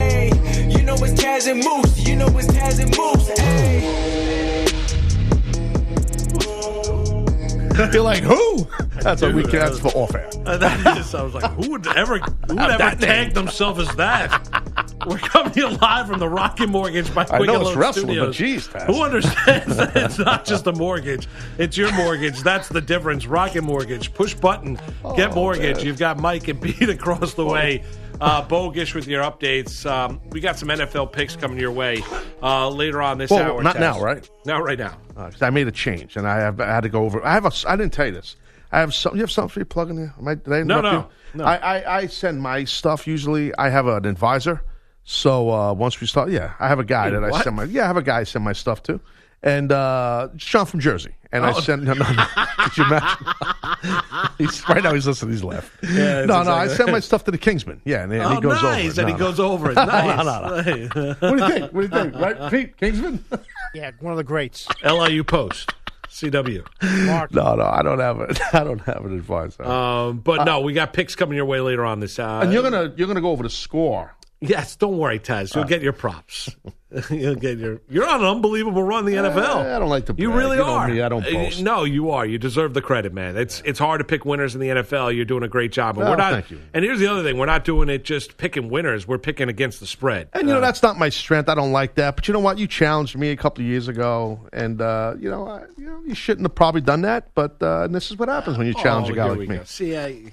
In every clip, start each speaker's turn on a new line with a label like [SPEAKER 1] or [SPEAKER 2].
[SPEAKER 1] You know it's Taz and Moose. You know it's Taz and Moose.
[SPEAKER 2] You're like, who? That's what we can. That's for off air.
[SPEAKER 3] Uh, that is, I was like, who would ever, who would ever
[SPEAKER 2] That name.
[SPEAKER 3] tag themselves as that? We're coming to you live from the Rocket Mortgage by
[SPEAKER 2] I know
[SPEAKER 3] Bigelow
[SPEAKER 2] it's wrestling, but
[SPEAKER 3] Studios.
[SPEAKER 2] geez, Taz.
[SPEAKER 3] who understands that it's not just a mortgage? It's your mortgage. That's the difference. Rocket Mortgage. Push button.
[SPEAKER 2] Oh,
[SPEAKER 3] Get mortgage. You've got Mike and Pete across the way.
[SPEAKER 2] Oh.
[SPEAKER 3] Uh, Bogish with your updates. Um, we got some NFL picks coming your way uh, later on this
[SPEAKER 2] Well,
[SPEAKER 3] hour.
[SPEAKER 2] not
[SPEAKER 3] Taz.
[SPEAKER 2] now, right?
[SPEAKER 3] Not right now.
[SPEAKER 2] Uh, 'cause I made a change, and I have I had to go over. I have a. s- I didn't tell you this. I have some. You have something for you plug in there? Am I, did I
[SPEAKER 3] No,
[SPEAKER 2] interrupt
[SPEAKER 3] no,
[SPEAKER 2] you?
[SPEAKER 3] no.
[SPEAKER 2] I, I I send my stuff usually. I have an advisor. So uh, once we start, yeah, I have a guy that I
[SPEAKER 3] what?
[SPEAKER 2] send my. Yeah, I have a guy I send my stuff to, and uh, it's Sean from Jersey, and
[SPEAKER 3] Oh.
[SPEAKER 2] I send. No, no, no. Could you imagine? he's, right now he's listening. He's laughing.
[SPEAKER 3] Yeah,
[SPEAKER 2] no,
[SPEAKER 3] it's
[SPEAKER 2] no, I
[SPEAKER 3] exactly-
[SPEAKER 2] send my stuff to the Kingsman. Yeah, and, and
[SPEAKER 3] oh,
[SPEAKER 2] he goes over.
[SPEAKER 3] nice.
[SPEAKER 2] it.
[SPEAKER 3] and
[SPEAKER 2] No,
[SPEAKER 3] he
[SPEAKER 2] no.
[SPEAKER 3] goes over it. Nice.
[SPEAKER 2] What do you think? What do you think? Right, Pete Kingsman.
[SPEAKER 4] Yeah, one of the greats.
[SPEAKER 3] LIU Post. CW.
[SPEAKER 4] Mark.
[SPEAKER 2] No, no, I don't have it. I don't have an advisor.
[SPEAKER 3] Um, but no, we got picks coming your way later on this hour.
[SPEAKER 2] Uh, and you're gonna you're gonna go over the score.
[SPEAKER 3] yes, don't worry, Taz.
[SPEAKER 2] Uh.
[SPEAKER 3] You'll get your props. You'll get your. You're on an unbelievable run in the NFL.
[SPEAKER 2] Eh, I don't like to
[SPEAKER 3] You
[SPEAKER 2] brag.
[SPEAKER 3] really
[SPEAKER 2] You know
[SPEAKER 3] are.
[SPEAKER 2] me, I don't
[SPEAKER 3] Uh,
[SPEAKER 2] boast.
[SPEAKER 3] No, you are. You deserve the credit, man. It's it's hard to pick winners in the NFL. You're doing a great job, and
[SPEAKER 2] Oh,
[SPEAKER 3] we're not.
[SPEAKER 2] thank you.
[SPEAKER 3] And here's the other thing: we're not doing it just picking winners. We're picking against the spread.
[SPEAKER 2] And you know that's not my strength. I don't like that. But you know what? You challenged me a couple of years ago, and uh, you know, I, you know, you shouldn't have probably done that. But uh, and this is what happens when you challenge
[SPEAKER 3] Oh,
[SPEAKER 2] a guy
[SPEAKER 3] here
[SPEAKER 2] like
[SPEAKER 3] we
[SPEAKER 2] me.
[SPEAKER 3] go. See, I you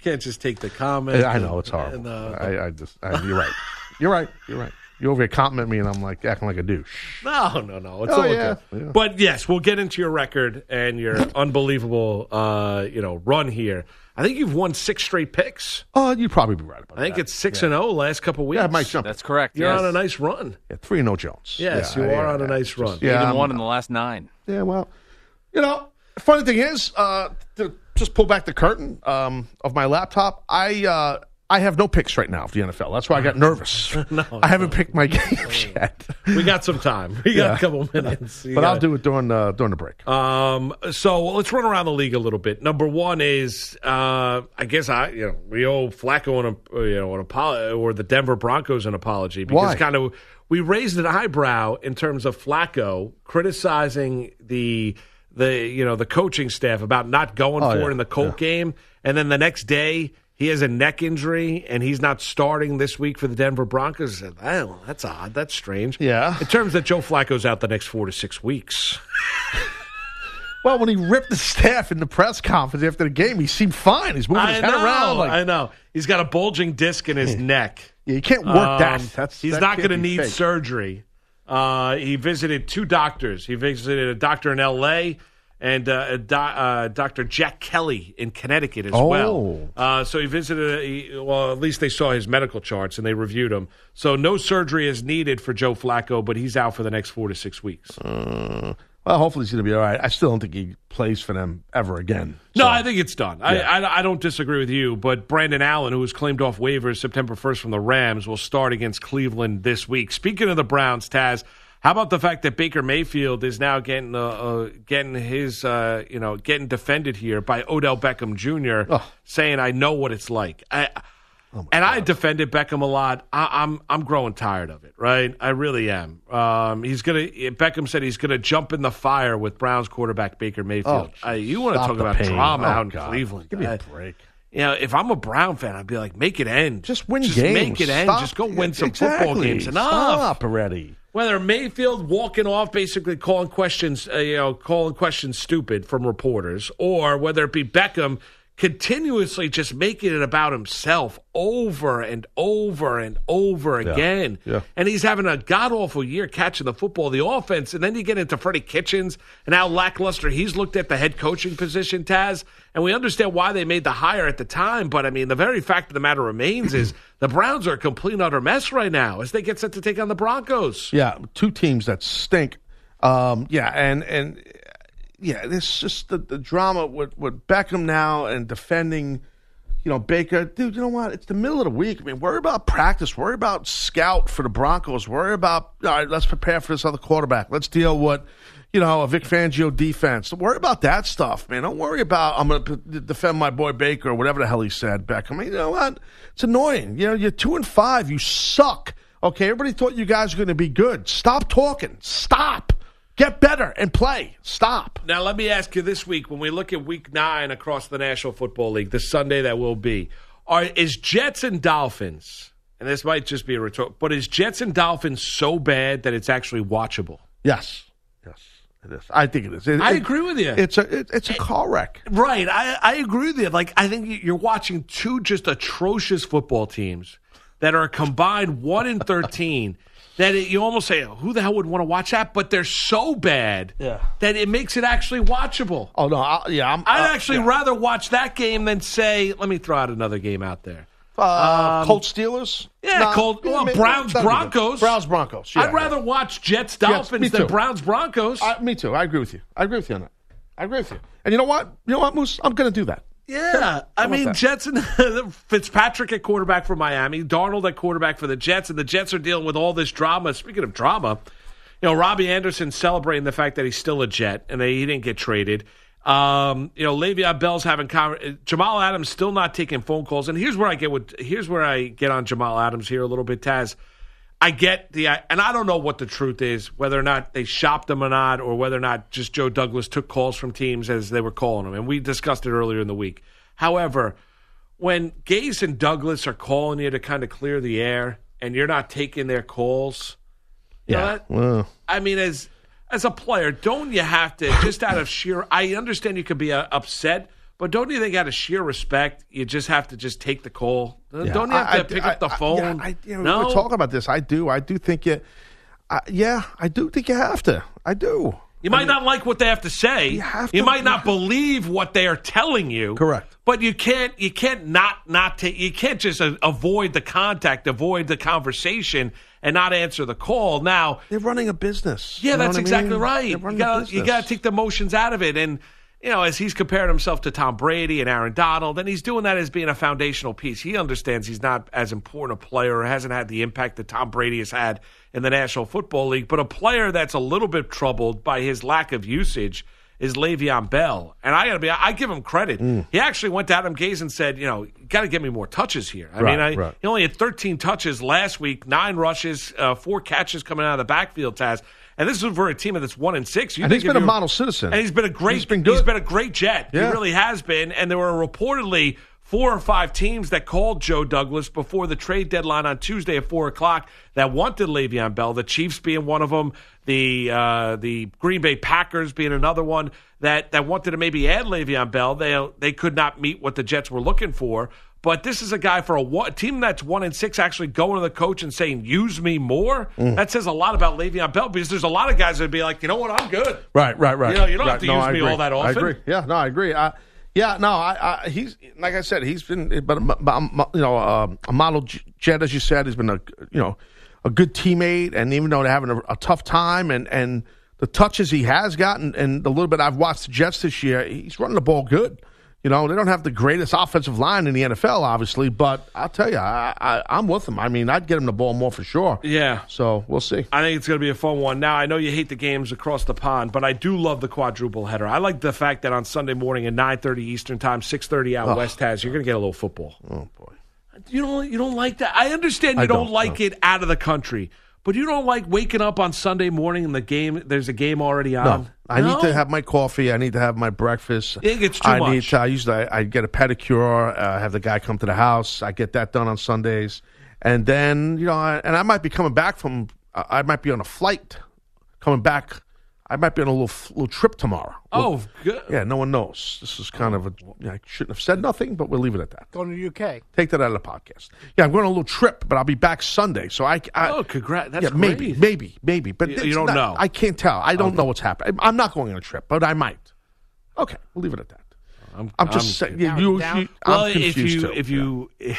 [SPEAKER 3] can't just take the comment.
[SPEAKER 2] Yeah, I know it's horrible.
[SPEAKER 3] And, uh,
[SPEAKER 2] I, I just I, you're right. You're right. You're right. You over here compliment me, and I'm like acting like a douche.
[SPEAKER 3] No, no, no. It's
[SPEAKER 2] Oh,
[SPEAKER 3] all
[SPEAKER 2] yeah,
[SPEAKER 3] good.
[SPEAKER 2] yeah.
[SPEAKER 3] But yes, we'll get into your record and your unbelievable, uh, you know, run here. I think you've won six straight picks.
[SPEAKER 2] Oh, you'd probably be right about
[SPEAKER 3] I think
[SPEAKER 2] that.
[SPEAKER 3] it's six and zero last couple weeks.
[SPEAKER 2] yeah, Mike Jump.
[SPEAKER 5] That's correct.
[SPEAKER 3] You're
[SPEAKER 5] yes.
[SPEAKER 3] on a nice run.
[SPEAKER 2] yeah, three and no Jones.
[SPEAKER 3] Yes,
[SPEAKER 2] Yeah,
[SPEAKER 3] you
[SPEAKER 2] yeah,
[SPEAKER 3] are on a
[SPEAKER 2] yeah.
[SPEAKER 3] nice run.
[SPEAKER 2] Yeah,
[SPEAKER 5] Eight
[SPEAKER 2] I'm-
[SPEAKER 5] and one in the last nine.
[SPEAKER 2] Yeah, well, you know, funny thing is, uh, to just pull back the curtain um, of my laptop, I uh, I have no picks right now for the NFL. That's why I got nervous. I haven't picked my games yet,
[SPEAKER 3] We got some time. We got
[SPEAKER 2] Yeah.
[SPEAKER 3] a couple minutes. You
[SPEAKER 2] but I'll
[SPEAKER 3] gotta-
[SPEAKER 2] do it during uh, during the break.
[SPEAKER 3] Um, so let's run around the league a little bit. Number one is, uh, I guess I, you know, we owe Flacco an, uh, you know, an apology or the Denver Broncos an apology because
[SPEAKER 2] Why?
[SPEAKER 3] kind of we raised an eyebrow in terms of Flacco criticizing the the you know the coaching staff about not going for
[SPEAKER 2] Oh, yeah,
[SPEAKER 3] it in the Colt game, and then the next day. He has a neck injury and he's not starting this week for the Denver Broncos. Oh, that's odd. That's strange.
[SPEAKER 2] Yeah.
[SPEAKER 3] In terms that Joe Flacco's out the next four to six weeks.
[SPEAKER 2] Well, when he ripped the staff in the press conference after the game, he seemed fine. He's moving his head around. Like,
[SPEAKER 3] I know. He's got a bulging disc in his neck.
[SPEAKER 2] yeah, you can't work that.
[SPEAKER 3] Um,
[SPEAKER 2] That's,
[SPEAKER 3] he's
[SPEAKER 2] that
[SPEAKER 3] not
[SPEAKER 2] can't
[SPEAKER 3] going to
[SPEAKER 2] be
[SPEAKER 3] need
[SPEAKER 2] fake.
[SPEAKER 3] surgery. Uh, he visited two doctors. He visited a doctor in L.A. and uh, a do- uh, Dr. Jack Kelly in Connecticut as well.
[SPEAKER 2] Oh.
[SPEAKER 3] Uh, so he visited. A, he, well, at least they saw his medical charts and they reviewed him. So no surgery is needed for Joe Flacco, but he's out for the next four to six weeks.
[SPEAKER 2] Well, hopefully he's going to be all right. I still don't think he plays for them ever again.
[SPEAKER 3] No,
[SPEAKER 2] So-
[SPEAKER 3] I think it's done. I, I, I don't disagree with you, but Brandon Allen, who was claimed off waivers September 1st from the Rams, will start against Cleveland this week. Speaking of the Browns, Taz, how about the fact that Baker Mayfield is now getting uh, uh, getting his uh, you know getting defended here by Odell Beckham Jr. saying, "I know what it's like." I, and I defended Beckham a lot. I, I'm I'm growing tired of it, right? I really am. Um, he's gonna. Beckham said he's gonna jump in the fire with Browns quarterback Baker Mayfield.
[SPEAKER 2] Oh,
[SPEAKER 3] I- you want to
[SPEAKER 2] Stop
[SPEAKER 3] talk
[SPEAKER 2] the
[SPEAKER 3] about
[SPEAKER 2] pain.
[SPEAKER 3] drama
[SPEAKER 2] Oh,
[SPEAKER 3] out in
[SPEAKER 2] God.
[SPEAKER 3] Cleveland?
[SPEAKER 2] Give me a
[SPEAKER 3] I-
[SPEAKER 2] break.
[SPEAKER 3] you know, if I'm a Brown fan, I'd be like, make it end.
[SPEAKER 2] Just win
[SPEAKER 3] just
[SPEAKER 2] games.
[SPEAKER 3] Make it end.
[SPEAKER 2] Stop.
[SPEAKER 3] Just go win some football
[SPEAKER 2] Exactly.
[SPEAKER 3] games. Enough.
[SPEAKER 2] Stop already.
[SPEAKER 3] Whether Mayfield walking off, basically calling questions, uh, you know, calling questions stupid from reporters, or whether it be Beckham continuously just making it about himself over and over and over again.
[SPEAKER 2] Yeah.
[SPEAKER 3] And he's having a god awful year catching the football, the offense, and then you get into Freddie Kitchens and how lackluster he's looked at the head coaching position, Taz. And we understand why they made the hire at the time, but I mean, the very fact of the matter remains is the Browns are a complete and utter mess right now as they get set to take on the Broncos.
[SPEAKER 2] Yeah, two teams that stink. Um, yeah, and and uh, yeah, this just the, the drama with with Beckham now and defending, you know, Baker. Dude, you know what? It's the middle of the week. I mean, worry about practice. Worry about scout for the Broncos. Worry about all right. Let's prepare for this other quarterback. Let's deal with. You know, a Vic Fangio defense. Don't worry about that stuff, man. Don't worry about I'm going to defend my boy Baker or whatever the hell he said, Beckham. I mean, you know what? It's annoying. You know, you're two and five. You suck. Okay, everybody thought you guys were going to be good. Stop talking. Stop. Get better and play. Stop.
[SPEAKER 3] Now, let me ask you this week when we look at week nine across the National Football League, this Sunday that will be, are, is Jets and Dolphins, and this might just be a retort, but is Jets and Dolphins so bad that it's actually watchable?
[SPEAKER 2] Yes. Yes. It is. I think it is. It-
[SPEAKER 3] I
[SPEAKER 2] it-
[SPEAKER 3] agree with you.
[SPEAKER 2] It's a it, it's a car wreck.
[SPEAKER 3] Right. I, I agree with you. Like, I think you're watching two just atrocious football teams that are combined 1 in 13 that it, you almost say, who the hell would want to watch that? But they're so bad that it makes it actually watchable.
[SPEAKER 2] Oh no! I, yeah, I'm.
[SPEAKER 3] I'd
[SPEAKER 2] uh,
[SPEAKER 3] actually rather watch that game than say, let me throw out another game out there.
[SPEAKER 2] uh, Colts Steelers.
[SPEAKER 3] um, yeah, Colt- well,
[SPEAKER 2] maybe-
[SPEAKER 3] Browns,
[SPEAKER 2] that'd be good.
[SPEAKER 3] Broncos.
[SPEAKER 2] Browns Broncos. Yeah,
[SPEAKER 3] I'd rather
[SPEAKER 2] yeah.
[SPEAKER 3] watch Jets
[SPEAKER 2] me
[SPEAKER 3] Dolphins than
[SPEAKER 2] too.
[SPEAKER 3] Browns Broncos.
[SPEAKER 2] I, me too. I agree with you. I agree with you on that. I agree with you. And you know what? You know what, Moose? I'm going to do that.
[SPEAKER 3] Yeah, I
[SPEAKER 2] about
[SPEAKER 3] mean
[SPEAKER 2] that?
[SPEAKER 3] Jets and Fitzpatrick at quarterback for Miami, Darnold at quarterback for the Jets, and the Jets are dealing with all this drama. Speaking of drama, you know Robbie Anderson celebrating the fact that he's still a Jet and that he didn't get traded. Um, you know Le'Veon Bell's having con- Jamal Adams still not taking phone calls, and here's where I get with here's where I get on Jamal Adams here a little bit, Taz. I get the, and I don't know what the truth is, whether or not they shopped them or not, or whether or not just Joe Douglas took calls from teams as they were calling them. And we discussed it earlier in the week. However, when Gase and Douglas are calling you to kind of clear the air and you're not taking their calls, you know that-
[SPEAKER 2] Well,
[SPEAKER 3] I mean, as as a player, don't you have to just out of sheer? I understand you could be uh, upset, but don't you think out of sheer respect, you just have to just take the call? Don't you have
[SPEAKER 2] I-
[SPEAKER 3] to
[SPEAKER 2] I-
[SPEAKER 3] pick
[SPEAKER 2] I-
[SPEAKER 3] up the
[SPEAKER 2] I-
[SPEAKER 3] phone?
[SPEAKER 2] yeah, I, you know,
[SPEAKER 3] no,
[SPEAKER 2] we're talking about this. I do. I do think you. I, yeah, I do think you have to. I do.
[SPEAKER 3] You might not like what they have to say. You,
[SPEAKER 2] have to-
[SPEAKER 3] might not believe what they are telling you.
[SPEAKER 2] Correct.
[SPEAKER 3] But you can't. You can't not not take. You can't just uh, avoid the contact, avoid the conversation, and not answer the call. Now,
[SPEAKER 2] They're running a business.
[SPEAKER 3] yeah,
[SPEAKER 2] You know
[SPEAKER 3] that's
[SPEAKER 2] what I
[SPEAKER 3] exactly
[SPEAKER 2] mean?
[SPEAKER 3] right.
[SPEAKER 2] They're
[SPEAKER 3] You
[SPEAKER 2] running a
[SPEAKER 3] gotta, you
[SPEAKER 2] business.
[SPEAKER 3] gotta take the emotions out of it. And, you know, as he's comparing himself to Tom Brady and Aaron Donald, and he's doing that as being a foundational piece. He understands he's not as important a player or hasn't had the impact that Tom Brady has had in the National Football League, but a player that's a little bit troubled by his lack of usage is Le'Veon Bell. And I gotta be I give him credit.
[SPEAKER 2] Mm.
[SPEAKER 3] He actually went to Adam Gaze and said, you know, you gotta give me more touches here. I
[SPEAKER 2] Right,
[SPEAKER 3] mean I
[SPEAKER 2] right.
[SPEAKER 3] he only had 13 touches last week, nine rushes, uh, four catches coming out of the backfield, Taz. And this is for a team that's one and six. You
[SPEAKER 2] And he's
[SPEAKER 3] think if
[SPEAKER 2] been a
[SPEAKER 3] you're-
[SPEAKER 2] model citizen.
[SPEAKER 3] And he's been a great.
[SPEAKER 2] He's been good.
[SPEAKER 3] He's been a great Jet. He
[SPEAKER 2] Yeah.
[SPEAKER 3] really has been. And there were reportedly four or five teams that called Joe Douglas before the trade deadline on Tuesday at four o'clock that wanted Le'Veon Bell. The Chiefs being one of them. The uh, the Green Bay Packers being another one that that wanted to maybe add Le'Veon Bell. They they could not meet what the Jets were looking for. But this is a guy for a, one- a team that's one and six actually going to the coach and saying, "Use me more."
[SPEAKER 2] Mm.
[SPEAKER 3] That says a lot about Le'Veon Bell because there's a lot of guys that'd be like, "You know what? I'm good."
[SPEAKER 2] Right, right, right.
[SPEAKER 3] You know, you don't
[SPEAKER 2] Right.
[SPEAKER 3] have to
[SPEAKER 2] No,
[SPEAKER 3] use
[SPEAKER 2] I
[SPEAKER 3] me
[SPEAKER 2] agree.
[SPEAKER 3] all that often.
[SPEAKER 2] I agree. Yeah, no, I agree. I, yeah, no, I, I, he's like I said, he's been, but you know, um, a model j- jet as you said, he's been a you know a good teammate, and even though they're having a, a tough time, and and the touches he has gotten, and the little bit I've watched the Jets this year, he's running the ball good. You know, they don't have the greatest offensive line in the NFL, obviously, but I'll tell you, I, I, I'm with him. I mean, I'd get him the ball more for sure.
[SPEAKER 3] Yeah.
[SPEAKER 2] So we'll see.
[SPEAKER 3] I think it's going to be a fun one. Now, I know you hate the games across the pond, but I do love the quadruple header. I like the fact that on Sunday morning at 9.30 Eastern Time, 6.30 out West has, you're going to get a little football.
[SPEAKER 2] Oh boy.
[SPEAKER 3] You don't, you don't like that? I understand you
[SPEAKER 2] I
[SPEAKER 3] don't,
[SPEAKER 2] don't,
[SPEAKER 3] like
[SPEAKER 2] no.
[SPEAKER 3] it out of the country, but you don't like waking up on Sunday morning and the game. there's a game already on?
[SPEAKER 2] No, I need
[SPEAKER 3] Um, No?
[SPEAKER 2] to have my coffee. I need to have my breakfast.
[SPEAKER 3] It gets too
[SPEAKER 2] I Need
[SPEAKER 3] much.
[SPEAKER 2] to, I usually I, I get a pedicure. Uh, have the guy come to the house. I get that done on Sundays, and then you know, I, and I might be coming back from. I I might be on a flight coming back. I might be on a little f- little trip tomorrow. We'll-
[SPEAKER 3] Oh, good.
[SPEAKER 2] yeah, no one knows. This is kind of a. I shouldn't have said nothing, but we'll leave it at that.
[SPEAKER 4] Going to the UK.
[SPEAKER 2] Take that out of the podcast. Yeah, I'm going on a little trip, but I'll be back Sunday. So I. I
[SPEAKER 3] Oh, congrats. That's
[SPEAKER 2] yeah, maybe,
[SPEAKER 3] great.
[SPEAKER 2] maybe, maybe. But
[SPEAKER 3] You-
[SPEAKER 2] it's
[SPEAKER 3] you don't
[SPEAKER 2] not-
[SPEAKER 3] know.
[SPEAKER 2] I can't tell. I don't know what's happening. I'm not going on a trip, but I might. Okay, we'll leave it at that. I'm, just saying. yeah, you,
[SPEAKER 4] down-
[SPEAKER 2] you-
[SPEAKER 3] Well,
[SPEAKER 2] I'm
[SPEAKER 3] if
[SPEAKER 2] confused
[SPEAKER 3] you
[SPEAKER 2] too.
[SPEAKER 3] if you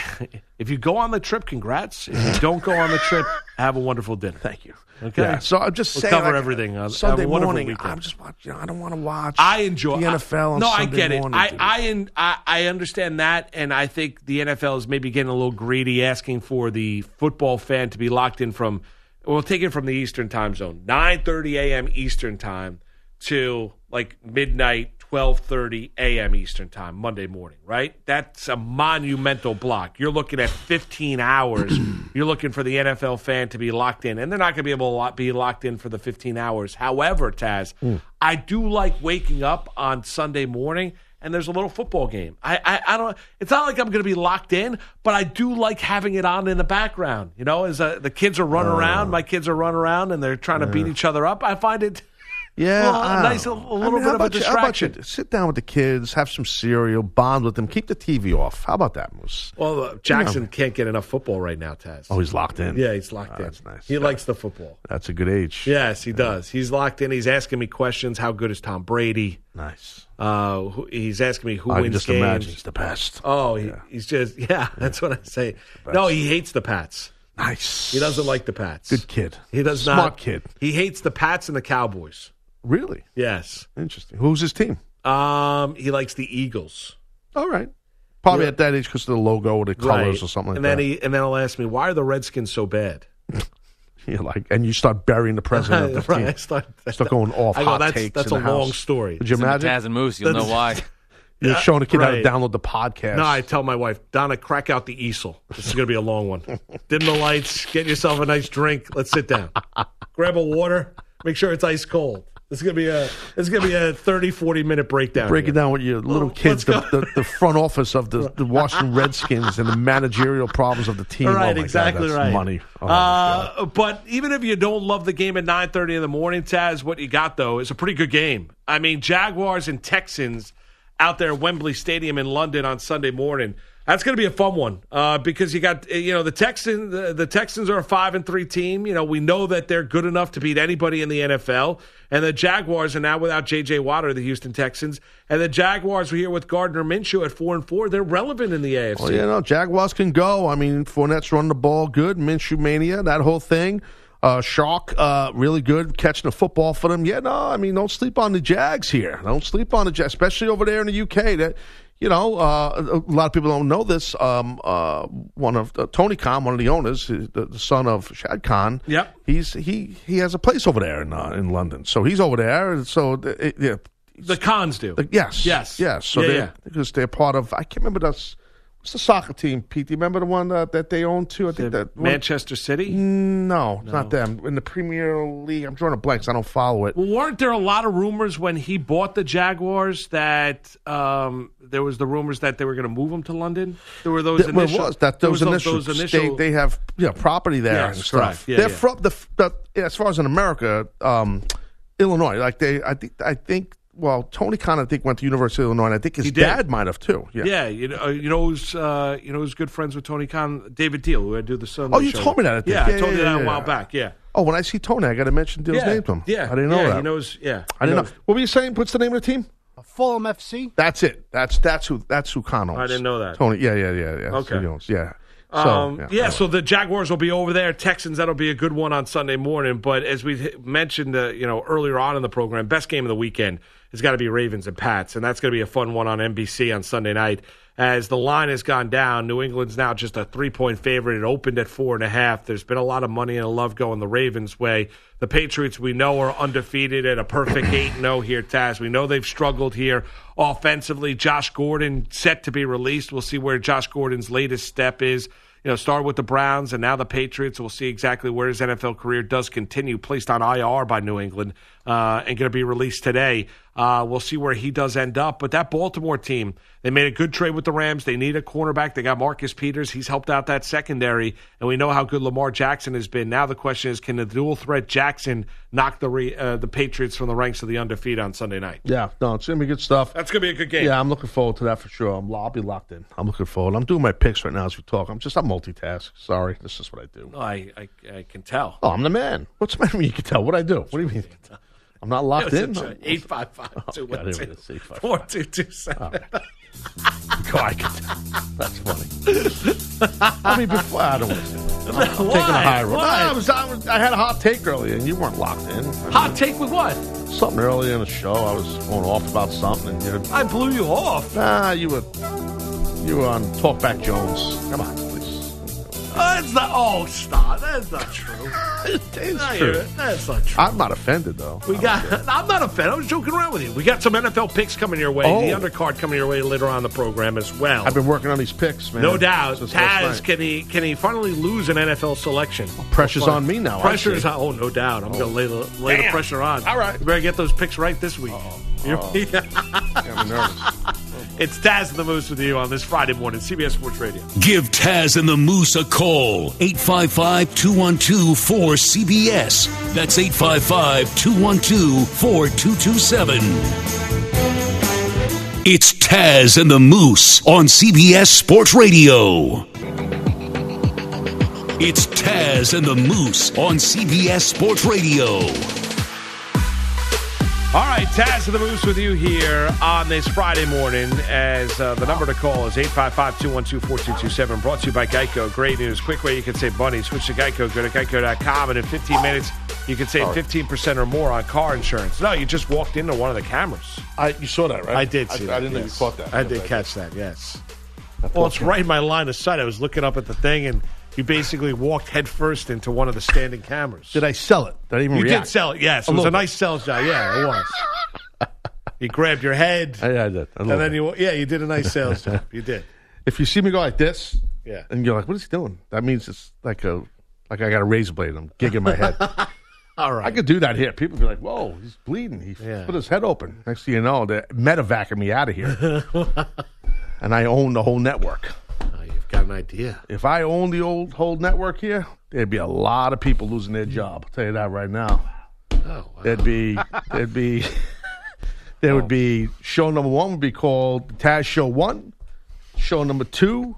[SPEAKER 3] if you go on the trip, congrats. If you don't go on the trip, have a wonderful dinner.
[SPEAKER 2] Thank you.
[SPEAKER 3] Okay.
[SPEAKER 2] Yeah, so I'm just
[SPEAKER 3] We'll
[SPEAKER 2] saying.
[SPEAKER 3] cover
[SPEAKER 2] like,
[SPEAKER 3] everything. uh, Have a
[SPEAKER 2] Sunday
[SPEAKER 3] wonderful
[SPEAKER 2] morning.
[SPEAKER 3] weekend.
[SPEAKER 2] I'm just watching. You know, I don't want to watch.
[SPEAKER 3] I enjoy
[SPEAKER 2] the NFL.
[SPEAKER 3] I,
[SPEAKER 2] on
[SPEAKER 3] no,
[SPEAKER 2] Sunday
[SPEAKER 3] I get it.
[SPEAKER 2] morning,
[SPEAKER 3] I
[SPEAKER 2] dude.
[SPEAKER 3] I, and I I understand that, and I think the NFL is maybe getting a little greedy, asking for the football fan to be locked in from, well, take it from the Eastern time zone, nine thirty a.m. Eastern time till like midnight, twelve thirty a.m. Eastern time Monday morning. Right? That's a monumental block. You're looking at fifteen hours. You're looking for the NFL fan to be locked in, and they're not going to be able to lo- be locked in for the fifteen hours. However, Taz. I do like waking up on Sunday morning and there's a little football game. I, I, I don't. It's not like I'm going to be locked in, but I do like having it on in the background. You know, as uh, the kids are running around, my kids are running around, and they're trying to beat each other up. I find it.
[SPEAKER 2] Yeah,
[SPEAKER 3] Well, a
[SPEAKER 2] I
[SPEAKER 3] nice
[SPEAKER 2] don't know.
[SPEAKER 3] little- a little
[SPEAKER 2] how
[SPEAKER 3] bit of a
[SPEAKER 2] about you- how about you
[SPEAKER 3] distraction.
[SPEAKER 2] sit down with the kids, have some cereal, bond with them, keep the TV off. How about that, Moose?
[SPEAKER 3] Well, uh, Jackson can't get enough football right now, Taz.
[SPEAKER 2] Oh, he's locked in.
[SPEAKER 3] Oh, yeah, he's locked in.
[SPEAKER 2] That's nice.
[SPEAKER 3] He likes the football.
[SPEAKER 2] That's a good age.
[SPEAKER 3] Yes, he does. He's locked in. He's asking me questions. How good is Tom Brady?
[SPEAKER 2] nice.
[SPEAKER 3] Uh, who, he's asking me who
[SPEAKER 2] I can
[SPEAKER 3] wins
[SPEAKER 2] just
[SPEAKER 3] games.
[SPEAKER 2] imagine he's the best.
[SPEAKER 3] Oh, he, he's just yeah. That's what I say. No, he hates the Pats.
[SPEAKER 2] nice.
[SPEAKER 3] He doesn't like the Pats.
[SPEAKER 2] Good kid.
[SPEAKER 3] He does
[SPEAKER 2] Smart
[SPEAKER 3] not.
[SPEAKER 2] kid.
[SPEAKER 3] He hates the Pats and the Cowboys.
[SPEAKER 2] Really
[SPEAKER 3] Yes.
[SPEAKER 2] interesting. Who's his team?
[SPEAKER 3] Um, he likes the Eagles.
[SPEAKER 2] All right. Probably at that age because of the logo or the colors
[SPEAKER 3] Right.
[SPEAKER 2] or something like
[SPEAKER 3] and
[SPEAKER 2] that.
[SPEAKER 3] then he and then he'll ask me why are the Redskins so bad.
[SPEAKER 2] You're like, and you start burying the president of the
[SPEAKER 3] Right, I
[SPEAKER 2] team.
[SPEAKER 3] start-
[SPEAKER 2] Start going off
[SPEAKER 3] I go,
[SPEAKER 2] hot
[SPEAKER 3] that's,
[SPEAKER 2] takes
[SPEAKER 3] That's
[SPEAKER 2] in
[SPEAKER 3] a
[SPEAKER 2] the
[SPEAKER 3] long
[SPEAKER 2] house.
[SPEAKER 3] story.
[SPEAKER 2] Could you
[SPEAKER 5] Send to
[SPEAKER 2] imagine?
[SPEAKER 5] Taz and Moose. You'll know why.
[SPEAKER 2] You're showing a kid
[SPEAKER 3] right.
[SPEAKER 2] how to download the podcast.
[SPEAKER 3] No, I tell my wife, Donna, crack out the easel. This is going to be a long one. Dim the lights, get yourself a nice drink. Let's sit down. Grab a water. Make sure it's ice cold. This is going to be a this is going to be a 30, 40 minute breakdown.
[SPEAKER 2] breaking
[SPEAKER 3] here.
[SPEAKER 2] down with your little
[SPEAKER 3] let's
[SPEAKER 2] kids the,
[SPEAKER 3] go.
[SPEAKER 2] the, the front office of the, the Washington Redskins and the managerial problems of the team. Oh my
[SPEAKER 3] Right,
[SPEAKER 2] God,
[SPEAKER 3] exactly
[SPEAKER 2] that's
[SPEAKER 3] right.
[SPEAKER 2] Money. Oh my God.
[SPEAKER 3] uh, but even if you don't love the game at nine thirty in the morning, Taz, what you got though is a pretty good game. I mean, Jaguars and Texans out there at Wembley Stadium in London on Sunday morning. That's going to be a fun one uh, because you got uh, you know the Texans. The, the Texans are a five and three team. You know we know that they're good enough to beat anybody in the NFL. And the Jaguars are now without J.J. Watt or the Houston Texans. And the Jaguars were here with Gardner Minshew at four and four. They're relevant in the AFC.
[SPEAKER 2] Well, you know, Oh, Jaguars can go. I mean, Fournette's running the ball good. Minshew mania, that whole thing. Uh, Shark, uh, really good catching the football for them. Yeah, no, I mean, don't sleep on the Jags here. Don't sleep on the Jags, especially over there in the UK. That you know, uh, a a lot of people don't know this. Um, uh, one of uh, Tony Khan, one of the owners, the, the son of Shad Khan.
[SPEAKER 3] Yep.
[SPEAKER 2] he's he he has a place over there in uh, in London, so he's over there. and So uh, it, it,
[SPEAKER 3] the cons do.
[SPEAKER 2] the- yes.
[SPEAKER 3] Yes.
[SPEAKER 2] Yes. So
[SPEAKER 3] Yeah,
[SPEAKER 2] they
[SPEAKER 3] yeah.
[SPEAKER 2] because they're part of I can't remember that's what's the soccer team, Pete? Do you remember the one uh, that they own too? I think that one-
[SPEAKER 3] Manchester City.
[SPEAKER 2] No, it's not them. In the Premier League, I'm drawing a blank. 'cause I don't follow it.
[SPEAKER 3] Well, weren't there a lot of rumors when he bought the Jaguars that um, there was the rumors that they were going to move him to London? There were those
[SPEAKER 2] Th- well, it
[SPEAKER 3] initial.
[SPEAKER 2] was that
[SPEAKER 3] there
[SPEAKER 2] those,
[SPEAKER 3] was
[SPEAKER 2] initial,
[SPEAKER 3] Those initial.
[SPEAKER 2] they, they have you know, property there
[SPEAKER 3] Yes,
[SPEAKER 2] and stuff.
[SPEAKER 3] correct. Yeah,
[SPEAKER 2] They're
[SPEAKER 3] yeah.
[SPEAKER 2] from the, f- the yeah, as far as in America, um, Illinois. Like they, I think, I think. Well, Tony Khan, I think, went to University of Illinois. and I think his
[SPEAKER 3] did.
[SPEAKER 2] dad might have too. Yeah.
[SPEAKER 3] yeah, you know, you know who's uh, you know who's good friends with Tony Khan, David Deal, who I do the Sunday
[SPEAKER 2] Oh, you
[SPEAKER 3] show
[SPEAKER 2] told me
[SPEAKER 3] with.
[SPEAKER 2] that, I think.
[SPEAKER 3] Yeah,
[SPEAKER 2] Yeah,
[SPEAKER 3] I told
[SPEAKER 2] yeah,
[SPEAKER 3] you that
[SPEAKER 2] yeah,
[SPEAKER 3] a while
[SPEAKER 2] yeah.
[SPEAKER 3] back. Yeah,
[SPEAKER 2] Oh, when I see Tony, I got to mention Dill's
[SPEAKER 3] yeah,
[SPEAKER 2] name to him.
[SPEAKER 3] Yeah,
[SPEAKER 2] I didn't know
[SPEAKER 3] yeah,
[SPEAKER 2] that.
[SPEAKER 3] He knows. Yeah,
[SPEAKER 2] I didn't
[SPEAKER 3] he
[SPEAKER 2] know.
[SPEAKER 3] knows.
[SPEAKER 2] What were you saying? What's the name of the team?
[SPEAKER 4] Fulham FC.
[SPEAKER 2] That's it. That's that's who that's who Con owns.
[SPEAKER 3] I didn't know that.
[SPEAKER 2] Tony. Yeah, yeah, yeah, yeah. That's who
[SPEAKER 3] Okay.
[SPEAKER 2] he owns. Yeah. So,
[SPEAKER 3] Um, yeah,
[SPEAKER 2] anyway.
[SPEAKER 3] so the Jaguars will be over there. Texans, that'll be a good one on Sunday morning. But as we h- mentioned, uh, you know, earlier on in the program, best game of the weekend has got to be Ravens and Pats, and that's going to be a fun one on NBC on Sunday night. As the line has gone down, New England's now just a three-point favorite. It opened at four and a half. There's been a lot of money and love going the Ravens' way. The Patriots, we know, are undefeated at a perfect 8-0 here, Taz. We know they've struggled here offensively. Josh Gordon set to be released. We'll see where Josh Gordon's latest step is you know, started with the Browns and now the Patriots. We'll see exactly where his NFL career does continue. Placed on IR by New England uh, and going to be released today. Uh, we'll see where he does end up. But that Baltimore team, They made a good trade with the Rams. They need a cornerback. They got Marcus Peters. He's helped out that secondary, and we know how good Lamar Jackson has been. Now the question is, can the dual threat Jackson knock the re, uh, the Patriots from the ranks of the undefeated on Sunday night?
[SPEAKER 2] Yeah, no, it's gonna be good stuff.
[SPEAKER 3] That's gonna be a good game.
[SPEAKER 2] Yeah, I'm looking forward to that for sure. I'm, I'll be locked in. I'm looking forward. I'm doing my picks right now as we talk. I'm just I multitask. Sorry, this is what I do.
[SPEAKER 3] I I, I can tell.
[SPEAKER 2] Oh, I'm the man. What's the matter? with You You can tell what I do. What do you mean? you can tell? I'm not locked in. I'm-
[SPEAKER 3] Eight five five two
[SPEAKER 2] Oh, God,
[SPEAKER 3] one
[SPEAKER 2] here
[SPEAKER 3] two
[SPEAKER 2] it is, 855.
[SPEAKER 3] four two two seven.
[SPEAKER 2] God, I can tell. That's funny. I mean, before I don't want to say that. I'm, I'm
[SPEAKER 3] Why?
[SPEAKER 2] taking a high road. No,
[SPEAKER 3] Why?
[SPEAKER 2] I, was, I, was, I had a hot take earlier, and you weren't locked in.
[SPEAKER 3] Hot take with what?
[SPEAKER 2] Something earlier in the show, I was going off about something, and you
[SPEAKER 3] I blew you off.
[SPEAKER 2] ah, you were you were on Talkback Jones. Come on, please.
[SPEAKER 3] That's not. Oh, stop. That's not true.
[SPEAKER 2] It is
[SPEAKER 3] I hear
[SPEAKER 2] true. Oh,
[SPEAKER 3] it. That's not true.
[SPEAKER 2] I'm not offended though.
[SPEAKER 3] We got. I'm not a fan. I was joking around with you. We got some NFL picks coming your way.
[SPEAKER 2] Oh.
[SPEAKER 3] The undercard coming your way later on in the program as well.
[SPEAKER 2] I've been working on these picks, man.
[SPEAKER 3] no doubt.
[SPEAKER 2] since last
[SPEAKER 3] Taz,
[SPEAKER 2] night.
[SPEAKER 3] can he can he finally lose an NFL selection?
[SPEAKER 2] pressure's on me now. I
[SPEAKER 3] Pressure's
[SPEAKER 2] see.
[SPEAKER 3] on. Oh, no doubt. I'm going to lay, the, lay the
[SPEAKER 2] Damn.
[SPEAKER 3] pressure on.
[SPEAKER 2] All right.
[SPEAKER 3] You better get those picks right this week. You're-
[SPEAKER 2] I'm nervous.
[SPEAKER 3] it's Taz and the Moose with you on this Friday morning, CBS Sports Radio.
[SPEAKER 4] Give Taz and the Moose a call. 855 212 cbs That's 855 212 4227. It's Taz and the Moose on CBS Sports Radio. It's Taz and the Moose on CBS Sports Radio.
[SPEAKER 3] All right, Taz of the Moose with you here on this Friday morning. As uh, the number to call is 855 212 4227, brought to you by Geico. Great news. Quick way you can save money. Switch to Geico. Go to geico.com, and in 15 minutes, you can save 15% or more on car insurance. No, you just walked into one of the cameras.
[SPEAKER 2] I, you saw that, right?
[SPEAKER 3] I did see that.
[SPEAKER 2] I didn't know you
[SPEAKER 3] yes.
[SPEAKER 2] caught that.
[SPEAKER 3] I did catch that, yes. Well, it's right in my line of sight. I was looking up at the thing, and you basically walked headfirst into one of the standing cameras.
[SPEAKER 2] Did I sell it? Did I even
[SPEAKER 3] You
[SPEAKER 2] react?
[SPEAKER 3] did sell it, yes.
[SPEAKER 2] A
[SPEAKER 3] It was a
[SPEAKER 2] little
[SPEAKER 3] nice sell shot. Yeah, it was. you grabbed your head,
[SPEAKER 2] I, I did. I
[SPEAKER 3] and then you, yeah, you did a nice sales job. You did.
[SPEAKER 2] if you see me go like this,
[SPEAKER 3] Yeah.
[SPEAKER 2] and you're like, "What is he doing?" That means it's like a like I got a razor blade. I'm gigging my head.
[SPEAKER 3] All
[SPEAKER 2] I
[SPEAKER 3] right.
[SPEAKER 2] could do that here. People be like, "Whoa, he's bleeding. He
[SPEAKER 3] Yeah.
[SPEAKER 2] put his head open." Next thing you know, they're medevacing me out of here, and I own the whole network.
[SPEAKER 3] Oh, you've got an idea.
[SPEAKER 2] If I owned the old whole network here, there'd be a lot of people losing their job. I'll tell you that right now.
[SPEAKER 3] Oh, wow.
[SPEAKER 2] There'd be there'd be there
[SPEAKER 3] Oh.
[SPEAKER 2] would be show number one would be called Taz Show One. Show number two,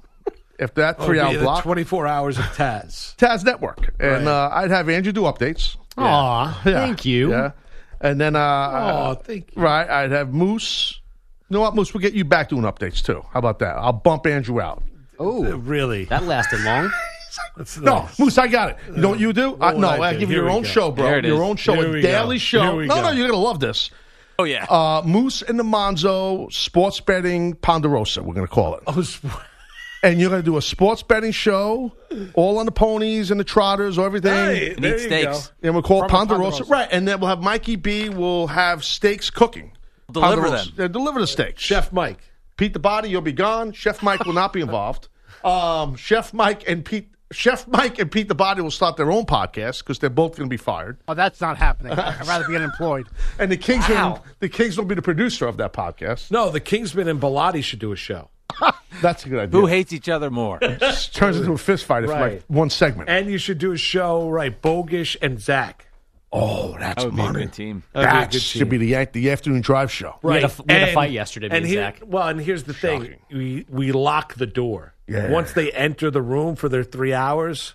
[SPEAKER 2] after that
[SPEAKER 3] Oh,
[SPEAKER 2] three hour block,
[SPEAKER 3] Twenty-four hours of Taz.
[SPEAKER 2] Taz Network, and uh, I'd have Andrew do updates.
[SPEAKER 5] Aw, thank you.
[SPEAKER 2] Yeah, and then uh,
[SPEAKER 3] Oh,
[SPEAKER 2] uh,
[SPEAKER 3] thank you.
[SPEAKER 2] right, I'd have Moose. You know what, Moose? We'll get you back doing updates too. How about that? I'll bump Andrew out.
[SPEAKER 5] Oh,
[SPEAKER 3] Really?
[SPEAKER 5] that lasted long.
[SPEAKER 3] That's
[SPEAKER 2] No, Oh, Moose, I got it. You know what you do? I,
[SPEAKER 3] would
[SPEAKER 2] no,
[SPEAKER 3] Oh, I
[SPEAKER 2] I
[SPEAKER 3] do?
[SPEAKER 2] give you
[SPEAKER 3] Here
[SPEAKER 2] your
[SPEAKER 3] we
[SPEAKER 2] own
[SPEAKER 3] go.
[SPEAKER 2] show, bro.
[SPEAKER 5] There it
[SPEAKER 2] Your
[SPEAKER 5] is.
[SPEAKER 2] own show,
[SPEAKER 3] Here
[SPEAKER 2] a
[SPEAKER 3] we go.
[SPEAKER 2] daily show.
[SPEAKER 3] Here we
[SPEAKER 2] no,
[SPEAKER 3] go.
[SPEAKER 2] no, you're gonna love this.
[SPEAKER 5] Oh yeah.
[SPEAKER 2] Uh, Moose and the Monzo sports betting Ponderosa. We're gonna call it.
[SPEAKER 3] Those-
[SPEAKER 2] And you're gonna do a sports betting show, all on the ponies and the trotters, or everything.
[SPEAKER 3] Hey, there
[SPEAKER 5] Meat
[SPEAKER 3] you
[SPEAKER 5] steaks.
[SPEAKER 3] go.
[SPEAKER 2] And we'll call
[SPEAKER 5] From
[SPEAKER 2] Ponderosa.
[SPEAKER 5] Ponderosa.
[SPEAKER 2] Right. And then we'll have Mikey B. We'll have steaks cooking.
[SPEAKER 5] Deliver them.
[SPEAKER 2] Yeah, deliver the steaks.
[SPEAKER 3] Chef Mike.
[SPEAKER 2] Pete the Body, you'll be gone. Chef Mike will not be involved. Um, Chef Mike and Pete. Chef Mike and Pete the Body will start their own podcast because they're both going to be fired.
[SPEAKER 6] Oh, that's not happening. I'd rather be unemployed.
[SPEAKER 2] And the Kings,
[SPEAKER 5] Wow.
[SPEAKER 2] will, the Kings will be the producer of that podcast.
[SPEAKER 3] No, the Kingsman and Bilotti should do a show.
[SPEAKER 2] That's a good idea.
[SPEAKER 5] Who hates each other more?
[SPEAKER 2] turns into a fist fight if
[SPEAKER 3] Right.
[SPEAKER 2] like one segment?
[SPEAKER 3] And you should do a show, right? Bogish and Zach.
[SPEAKER 2] oh, that's
[SPEAKER 5] That would be a
[SPEAKER 2] money.
[SPEAKER 5] good team.
[SPEAKER 3] That'd be a
[SPEAKER 2] That
[SPEAKER 3] good
[SPEAKER 2] should be
[SPEAKER 3] team.
[SPEAKER 2] the yank- the afternoon drive show.
[SPEAKER 5] We had a f- we had a fight yesterday, me
[SPEAKER 3] And
[SPEAKER 5] and
[SPEAKER 3] here,
[SPEAKER 5] Zach.
[SPEAKER 3] well, and here's the thing: we we lock the door.
[SPEAKER 2] Yeah.
[SPEAKER 3] Once they enter the room for their three hours,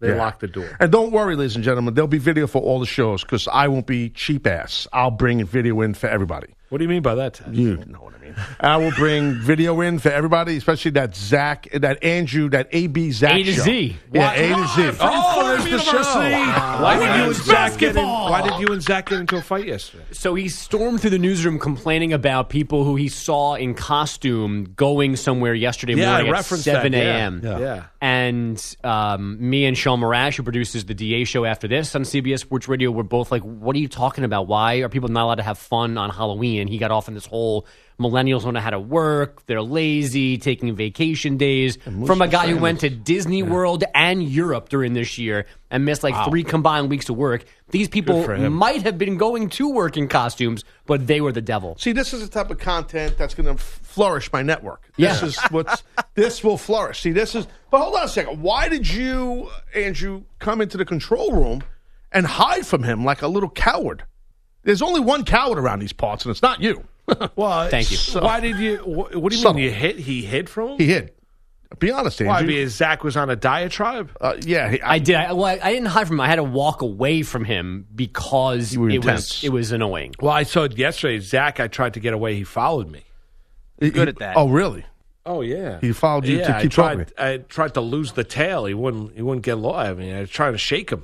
[SPEAKER 3] they
[SPEAKER 2] Yeah.
[SPEAKER 3] lock the door.
[SPEAKER 2] And don't worry, ladies and gentlemen, there'll be video for all the shows because I won't be cheap ass. I'll bring video in for everybody.
[SPEAKER 3] What do you mean by that? Ted?
[SPEAKER 2] You know what I mean. I will bring video in for everybody, especially that Zach, that Andrew, that AB Zach
[SPEAKER 5] A to
[SPEAKER 2] show.
[SPEAKER 5] Z.
[SPEAKER 2] Yeah, A to Z.
[SPEAKER 3] Oh, there's the show. Why
[SPEAKER 5] Wow.
[SPEAKER 3] did you and Zach get in,
[SPEAKER 5] Basketball.
[SPEAKER 3] Why did you and Zach get into a fight yesterday?
[SPEAKER 5] So he stormed through the newsroom complaining about people who he saw in costume going somewhere yesterday
[SPEAKER 3] Yeah, I
[SPEAKER 5] morning at
[SPEAKER 3] referenced
[SPEAKER 5] 7
[SPEAKER 3] that. Yeah.
[SPEAKER 5] a.m.
[SPEAKER 3] Yeah. Yeah.
[SPEAKER 5] And um, me and Sean Morash, who produces the DA show after this on CBS Sports Radio, were both like, what are you talking about? Why are people not allowed to have fun on Halloween? and he got off on this whole millennials don't know how to work, they're lazy, taking vacation days from a guy who went to Disney World and Europe during this year and missed like three combined weeks of work. These people might have been going to work in costumes, but they were the devil.
[SPEAKER 2] See, this is the type of content that's going to flourish my network. This
[SPEAKER 5] Yeah.
[SPEAKER 2] is what's this will flourish. See, this is. But hold on a second. Why did you, Andrew, come into the control room and hide from him like a little coward? There's only one coward around these parts, and it's not you.
[SPEAKER 3] Well,
[SPEAKER 5] Thank you.
[SPEAKER 3] Why did you? What, what do you
[SPEAKER 2] Subtle.
[SPEAKER 3] mean you hit? He hid from him.
[SPEAKER 2] He hid. Be honest,
[SPEAKER 3] Why?
[SPEAKER 2] Andrew.
[SPEAKER 3] Because Zach was on a diatribe.
[SPEAKER 2] Uh, yeah, he,
[SPEAKER 5] I did. I, well, I didn't hide from him. I had to walk away from him because
[SPEAKER 2] were
[SPEAKER 5] it
[SPEAKER 2] intense.
[SPEAKER 5] was it was annoying.
[SPEAKER 3] Well, I saw yesterday. Zach, I tried to get away. He followed me.
[SPEAKER 2] good at that. Oh, really?
[SPEAKER 3] Oh yeah,
[SPEAKER 2] He followed you to
[SPEAKER 3] Yeah, I
[SPEAKER 2] keep
[SPEAKER 3] tried,
[SPEAKER 2] talking.
[SPEAKER 3] I tried to lose the tail. He wouldn't. He wouldn't get low. I mean, I was trying to shake him.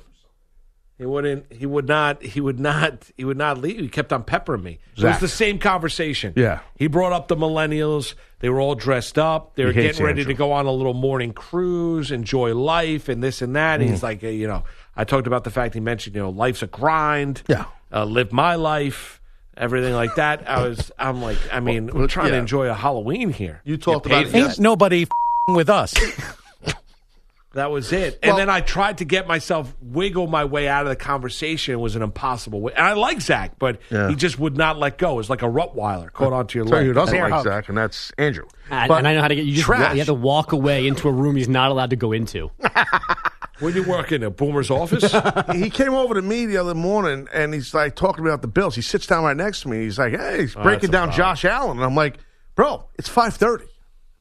[SPEAKER 3] He wouldn't. He would not. He would not. He would not leave. He kept on peppering me. It
[SPEAKER 2] Zach.
[SPEAKER 3] was the same conversation.
[SPEAKER 2] Yeah.
[SPEAKER 3] He brought up the millennials. They were all dressed up. They were
[SPEAKER 2] hates
[SPEAKER 3] getting ready
[SPEAKER 2] Andrew.
[SPEAKER 3] to go on a little morning cruise, enjoy life, and this and that.
[SPEAKER 2] Mm.
[SPEAKER 3] He's like, uh, you know, I talked about the fact he mentioned, you know, life's a grind.
[SPEAKER 2] Yeah.
[SPEAKER 3] Uh, live my life. Everything like that. I was. I'm like. I mean,
[SPEAKER 2] well,
[SPEAKER 3] we're trying to
[SPEAKER 2] yeah.
[SPEAKER 3] enjoy a Halloween here.
[SPEAKER 2] You talked about it.
[SPEAKER 7] Ain't
[SPEAKER 2] yesterday.
[SPEAKER 7] nobody f- with us.
[SPEAKER 3] That was it.
[SPEAKER 2] Well-
[SPEAKER 3] and then I tried to get myself wiggle my way out of the conversation. It was an impossible way. And I like Zach, but
[SPEAKER 2] Yeah.
[SPEAKER 3] he just would not let go. It's like a Rottweiler caught onto your
[SPEAKER 2] Tell you who
[SPEAKER 3] leg.
[SPEAKER 2] doesn't
[SPEAKER 6] Fair
[SPEAKER 2] like
[SPEAKER 6] hug.
[SPEAKER 2] Zach, and that's Andrew.
[SPEAKER 5] And,
[SPEAKER 2] But-
[SPEAKER 5] and I know how to get you. Just,
[SPEAKER 2] Trash.
[SPEAKER 5] You have to walk away into a room he's not allowed to go into.
[SPEAKER 3] When you work in a boomer's office,
[SPEAKER 2] he came over to me the other morning and he's like talking about the Bills. He sits down right next to me. He's like, "Hey, he's breaking
[SPEAKER 3] a
[SPEAKER 2] down
[SPEAKER 3] problem.
[SPEAKER 2] Josh Allen," and I'm like, "Bro, it's 5:30.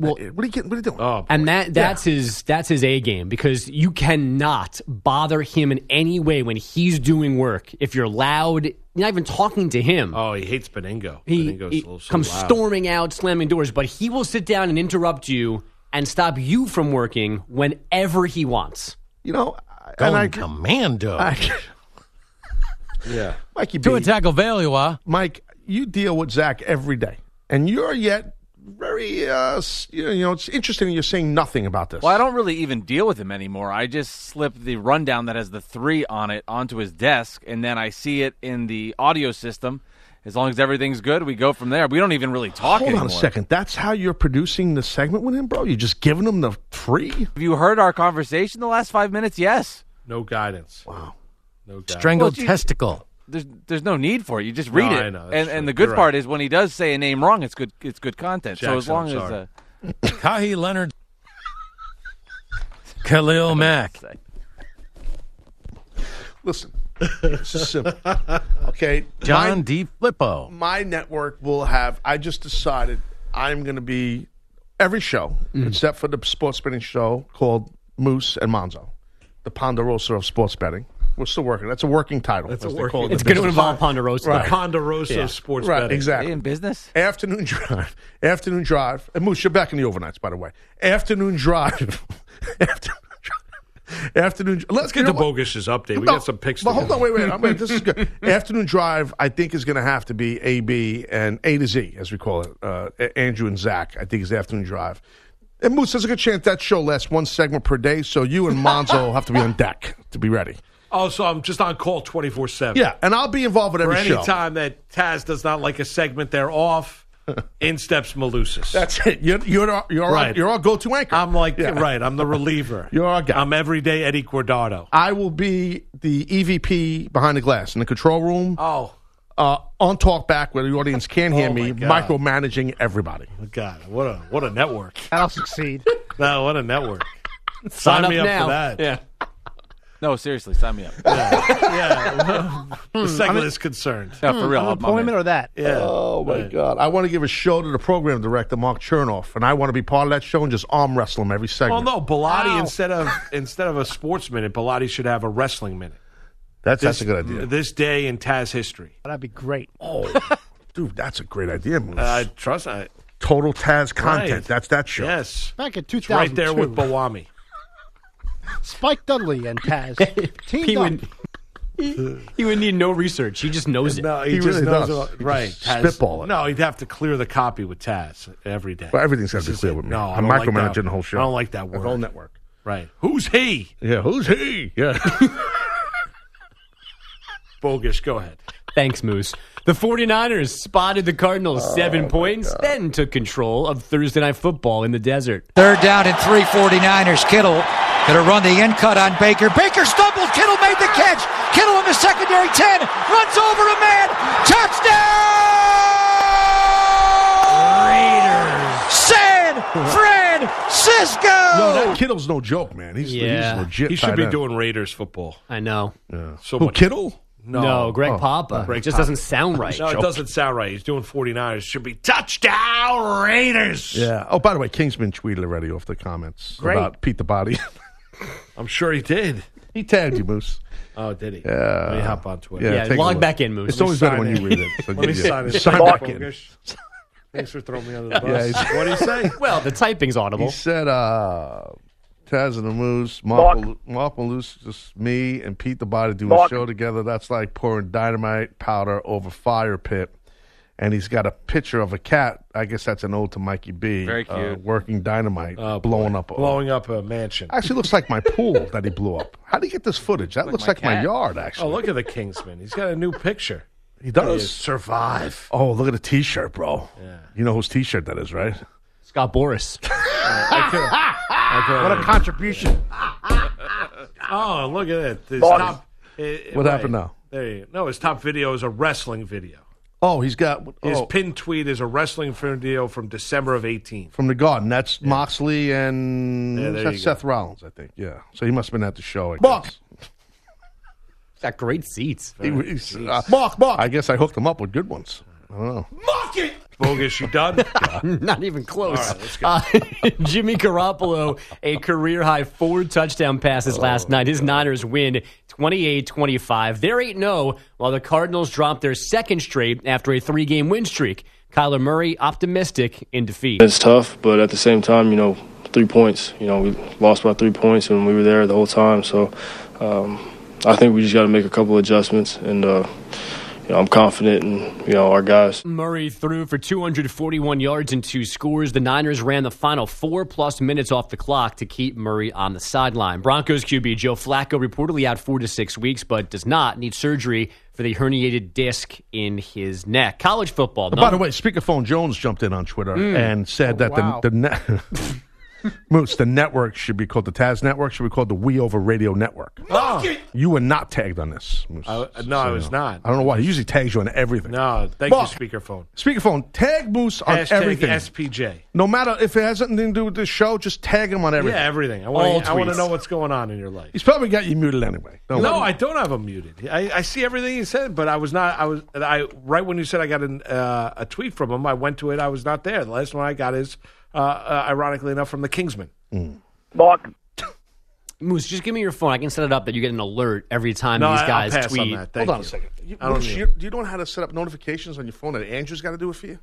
[SPEAKER 2] Well, what are you getting, what are you doing?
[SPEAKER 3] oh,
[SPEAKER 5] And that that's his that's his A game because you cannot bother him in any way when he's doing work. If you're loud, you're not even talking to him.
[SPEAKER 3] oh, he hates Beningo.
[SPEAKER 5] he,
[SPEAKER 3] Beningo's
[SPEAKER 5] he
[SPEAKER 3] a little so
[SPEAKER 5] comes
[SPEAKER 3] loud.
[SPEAKER 5] storming out, slamming doors, but he will sit down and interrupt you and stop you from working whenever he wants.
[SPEAKER 2] you know, I-
[SPEAKER 7] Going
[SPEAKER 2] and I,
[SPEAKER 7] commando.
[SPEAKER 2] I
[SPEAKER 3] Yeah.
[SPEAKER 2] Mikey
[SPEAKER 7] Do
[SPEAKER 2] B,
[SPEAKER 7] a tackle value,
[SPEAKER 2] Mike, you deal with Zach every day, and you're yet very, uh, s- you know, you know, it's interesting. You're saying nothing about this.
[SPEAKER 8] Well, I don't really even deal with him anymore. I just slip the rundown that has the three on it onto his desk, and then I see it in the audio system. As long as everything's good, we go from there. We don't even really talk
[SPEAKER 2] Hold
[SPEAKER 8] anymore.
[SPEAKER 2] on a second. That's how you're producing the segment with him, bro. You're just giving him the free.
[SPEAKER 8] Have you heard our conversation the last five minutes? Yes.
[SPEAKER 3] No guidance. Wow. No guidance.
[SPEAKER 7] strangled
[SPEAKER 8] Well, you-
[SPEAKER 7] testicle.
[SPEAKER 8] There's there's no need for it. You just read
[SPEAKER 3] No,
[SPEAKER 8] it.
[SPEAKER 3] I know. That's
[SPEAKER 8] and
[SPEAKER 3] true.
[SPEAKER 8] and the good
[SPEAKER 3] You're
[SPEAKER 8] part
[SPEAKER 3] right.
[SPEAKER 8] is when he does say a name wrong, it's good it's good content. so as
[SPEAKER 3] Jackson,
[SPEAKER 8] long
[SPEAKER 3] I'm
[SPEAKER 8] as
[SPEAKER 3] sorry.
[SPEAKER 8] uh,
[SPEAKER 7] Kahi Leonard. Khalil Mack.
[SPEAKER 2] Listen, it's just simple. Okay,
[SPEAKER 7] John D. Flippo.
[SPEAKER 2] my network will have. I just decided I'm going to be every show
[SPEAKER 8] Mm.
[SPEAKER 2] except for the sports betting show called Moose and Monzo, the Ponderosa of sports betting. We're still working. That's a working title. That's a working.
[SPEAKER 5] It's going to involve Ponderosa.
[SPEAKER 3] The Ponderosa of sports
[SPEAKER 2] Right,
[SPEAKER 3] betting.
[SPEAKER 8] they
[SPEAKER 2] exactly.
[SPEAKER 8] in business.
[SPEAKER 2] Afternoon drive. Afternoon drive. And Moose, you're back in the overnights, by the way. Afternoon drive. Afternoon drive. Afternoon. Let's
[SPEAKER 3] Get
[SPEAKER 2] you know
[SPEAKER 3] to
[SPEAKER 2] what?
[SPEAKER 3] Bogus's update. We
[SPEAKER 2] No,
[SPEAKER 3] got some pics.
[SPEAKER 2] But
[SPEAKER 3] to
[SPEAKER 2] hold
[SPEAKER 3] go.
[SPEAKER 2] on, wait, wait, wait. This is good. Afternoon drive, I think, is going to have to be A, B, and A to Z, as we call it. Uh, A- Andrew and Zach, I think, is afternoon drive. And Moose, there's a good chance that show lasts one segment per day, so you and Monzo have to be on deck to be ready.
[SPEAKER 3] Oh, so I'm just on call 24 7.
[SPEAKER 2] Yeah, and I'll be involved with
[SPEAKER 3] For
[SPEAKER 2] every
[SPEAKER 3] any
[SPEAKER 2] show.
[SPEAKER 3] time that Taz does not like a segment, they're off. In steps Malusis.
[SPEAKER 2] That's it. You're you're our, you're, our,
[SPEAKER 3] Right.
[SPEAKER 2] you're our go-to anchor.
[SPEAKER 3] I'm like,
[SPEAKER 2] Yeah.
[SPEAKER 3] right, I'm the reliever.
[SPEAKER 2] You're our guy.
[SPEAKER 3] I'm everyday Eddie Guardado.
[SPEAKER 2] I will be the EVP behind the glass in the control room.
[SPEAKER 3] Oh,
[SPEAKER 2] uh, on talk back where the audience can hear
[SPEAKER 3] Oh,
[SPEAKER 2] me,
[SPEAKER 3] my God.
[SPEAKER 2] micromanaging everybody.
[SPEAKER 3] God. What a what a network.
[SPEAKER 6] That'll succeed.
[SPEAKER 3] No, what a network.
[SPEAKER 5] Sign
[SPEAKER 3] Sign me up
[SPEAKER 5] now.
[SPEAKER 3] for that.
[SPEAKER 5] Yeah.
[SPEAKER 8] No, seriously, sign me up.
[SPEAKER 3] The segment is concerned.
[SPEAKER 8] No, for real. I'm- I'm in.
[SPEAKER 6] Employment or that?
[SPEAKER 3] Yeah.
[SPEAKER 2] Oh my God! I want to give a show to the program director Mark Chernoff, and I want to be part of that show and just arm wrestle him every
[SPEAKER 3] Well,
[SPEAKER 2] segment.
[SPEAKER 3] no, Bilotti instead of instead of a sports minute, Bilotti should have a wrestling minute.
[SPEAKER 2] that's that's a
[SPEAKER 3] This-
[SPEAKER 2] good idea, Oh,
[SPEAKER 3] This day in Taz history.
[SPEAKER 6] That'd be great.
[SPEAKER 2] dude. That's a great idea. Moose.
[SPEAKER 3] I trust. I,
[SPEAKER 2] Total Taz content.
[SPEAKER 3] Uh, Right.
[SPEAKER 2] That's that show.
[SPEAKER 3] yes,
[SPEAKER 6] Back in
[SPEAKER 3] it's right
[SPEAKER 6] 2002,
[SPEAKER 3] there with Bawami.
[SPEAKER 6] Spike Dudley and Taz
[SPEAKER 5] He
[SPEAKER 6] teamed up.
[SPEAKER 5] would he, he would need no research. He just knows it.
[SPEAKER 3] No, he,
[SPEAKER 2] He
[SPEAKER 3] just
[SPEAKER 2] really
[SPEAKER 3] knows
[SPEAKER 2] does.
[SPEAKER 3] about-
[SPEAKER 2] He
[SPEAKER 3] right.
[SPEAKER 2] just spitball it.
[SPEAKER 3] No, he'd have to clear the copy with Taz every day.
[SPEAKER 2] Well, everything's got to
[SPEAKER 3] This
[SPEAKER 2] be clear
[SPEAKER 3] is it.
[SPEAKER 2] with me.
[SPEAKER 3] No, I
[SPEAKER 2] I'm
[SPEAKER 3] don't like
[SPEAKER 2] micromanaging
[SPEAKER 3] that.
[SPEAKER 2] the whole show.
[SPEAKER 3] I don't like that
[SPEAKER 2] The
[SPEAKER 3] word.
[SPEAKER 2] whole network.
[SPEAKER 3] Right. Who's he?
[SPEAKER 2] Yeah, who's he? Yeah.
[SPEAKER 3] Bogus. Go ahead.
[SPEAKER 5] Thanks, Moose. The 49ers spotted the Cardinals
[SPEAKER 2] Oh
[SPEAKER 5] seven points, then took control of Thursday Night Football in the desert.
[SPEAKER 9] Third down and three, 49ers. Kittle going to run the in cut on Baker. Baker stumbled. Kittle made the catch. Kittle on the secondary 10. Runs over a man. Touchdown! Raiders. San Francisco!
[SPEAKER 2] No, that Kittle's no joke, man. He's,
[SPEAKER 5] Yeah.
[SPEAKER 2] he's legit.
[SPEAKER 3] He should
[SPEAKER 2] tight
[SPEAKER 3] be
[SPEAKER 2] end.
[SPEAKER 3] doing Raiders football.
[SPEAKER 5] I know.
[SPEAKER 3] So
[SPEAKER 2] Who,
[SPEAKER 3] much-
[SPEAKER 2] Kittle?
[SPEAKER 3] No,
[SPEAKER 5] No, Greg
[SPEAKER 2] oh,
[SPEAKER 5] Papa.
[SPEAKER 2] Greg
[SPEAKER 5] it just doesn't sound right.
[SPEAKER 3] No, it doesn't sound right. He's doing 49ers. Should be touchdown Raiders.
[SPEAKER 2] Yeah. Oh, by the way, Kingsman tweeted already off the comments about Pete the Body.
[SPEAKER 3] I'm sure he did.
[SPEAKER 2] he tagged you, Moose.
[SPEAKER 3] Oh, did he? Yeah. Let me hop on Twitter.
[SPEAKER 5] Yeah,
[SPEAKER 2] take a
[SPEAKER 5] log
[SPEAKER 2] look.
[SPEAKER 5] back in,
[SPEAKER 2] It's
[SPEAKER 5] Moose. Let me
[SPEAKER 2] always better
[SPEAKER 3] sign
[SPEAKER 2] when
[SPEAKER 3] in.
[SPEAKER 2] you read it. So
[SPEAKER 3] Let me
[SPEAKER 2] give you-
[SPEAKER 3] sign this.
[SPEAKER 2] sign
[SPEAKER 3] Back
[SPEAKER 2] back in.
[SPEAKER 3] in. Thanks for throwing me under the bus.
[SPEAKER 2] he's-
[SPEAKER 3] what do you say?
[SPEAKER 5] Well, the typing's audible.
[SPEAKER 2] He said, uh, Taz and the Moose, Mark, Mal- Mark Malus, just me and Pete the Body doing a show together. That's like pouring dynamite powder over fire pit. And he's got a picture of a cat. I guess that's an ode to Mikey B.
[SPEAKER 8] Very cute.
[SPEAKER 2] Uh, working dynamite, blowing up. a-
[SPEAKER 3] Blowing up a mansion.
[SPEAKER 2] Actually, looks like my pool that he blew up. How do you get this footage? That looks like my,
[SPEAKER 8] cat.
[SPEAKER 2] yard.
[SPEAKER 3] Oh,
[SPEAKER 2] Actually,
[SPEAKER 3] look at the Kingsman. He's got a new picture.
[SPEAKER 2] he does.
[SPEAKER 3] Survive.
[SPEAKER 2] Oh, look at the T-shirt, bro. You know whose T-shirt that is, right?
[SPEAKER 5] Scott Boris.
[SPEAKER 2] What a contribution!
[SPEAKER 3] Oh, look at that. His top, eh, eh,
[SPEAKER 2] What happened now?
[SPEAKER 3] There you No, his top video is a wrestling video.
[SPEAKER 2] Oh, he's got
[SPEAKER 3] His
[SPEAKER 2] oh,
[SPEAKER 3] pinned tweet is a wrestling video from December of 18.
[SPEAKER 2] from the Garden. That's Moxley and
[SPEAKER 3] Yeah, there
[SPEAKER 2] that's
[SPEAKER 3] you go.
[SPEAKER 2] Seth Rollins, I think. Yeah, so he must have been at the show. I Mark,
[SPEAKER 5] He's got great seats.
[SPEAKER 2] he, he's, uh, Mark, Mark. I guess I hooked him up with good ones. I don't know.
[SPEAKER 3] Bogus, you done?
[SPEAKER 5] Not even close. Uh, Jimmy Garoppolo, a career high four touchdown passes last night. His Niners win 28 25. They're 8 0, while the Cardinals drop their second straight after a three game win streak. Kyler Murray optimistic in defeat.
[SPEAKER 10] It's tough, but at the same time, you know, three points. You know, we lost by three points, and we were there the whole time. So, um, I think we just got to make a couple adjustments, and uh, you know, I'm confident in you know our guys.
[SPEAKER 5] Murray threw for 241 yards and two scores. The Niners ran the final four plus minutes off the clock to keep Murray on the sideline. Broncos QB Joe Flacco reportedly out four to six weeks, but does not need surgery for the herniated disc in his neck. College football.
[SPEAKER 3] Oh,
[SPEAKER 2] By the way, speakerphone Jones jumped in on Twitter
[SPEAKER 3] Mm.
[SPEAKER 2] and said that the the ne- Moose the network should be called the Taz Network should be called the We Over Radio Network. Ah! You were not tagged on this. Moose.
[SPEAKER 3] I- uh, no, I was not.
[SPEAKER 2] I don't know why. He usually tags you on everything.
[SPEAKER 3] No, thank
[SPEAKER 2] Mark.
[SPEAKER 3] you, speakerphone.
[SPEAKER 2] Speakerphone, tag Moose on
[SPEAKER 3] Hashtag
[SPEAKER 2] everything.
[SPEAKER 3] SPJ.
[SPEAKER 2] no matter if it has anything to do with this show, just tag him on everything.
[SPEAKER 3] Yeah, everything. I
[SPEAKER 2] All
[SPEAKER 3] want to. I want
[SPEAKER 2] tweets.
[SPEAKER 3] to know what's going on in your life.
[SPEAKER 2] He's probably got you muted anyway. Don't
[SPEAKER 3] No,
[SPEAKER 2] worry.
[SPEAKER 3] I don't have him muted. I, I see everything he said, but I was not. I was. I right when you said I got an, uh, a tweet from him, I went to it. I was not there. The last one I got is, uh, uh, ironically enough, from the Kingsman.
[SPEAKER 5] Moose, just give me your phone. I can set it up that you get an alert every time
[SPEAKER 3] No,
[SPEAKER 5] these
[SPEAKER 3] I-
[SPEAKER 5] guys
[SPEAKER 3] I'll pass
[SPEAKER 5] tweet.
[SPEAKER 3] on that. Thank
[SPEAKER 2] Hold on a
[SPEAKER 3] you.
[SPEAKER 2] second. You,
[SPEAKER 3] I don't
[SPEAKER 2] Moose,
[SPEAKER 3] need
[SPEAKER 2] you, do you know how to set up notifications on your phone that Andrew's got to do it for you?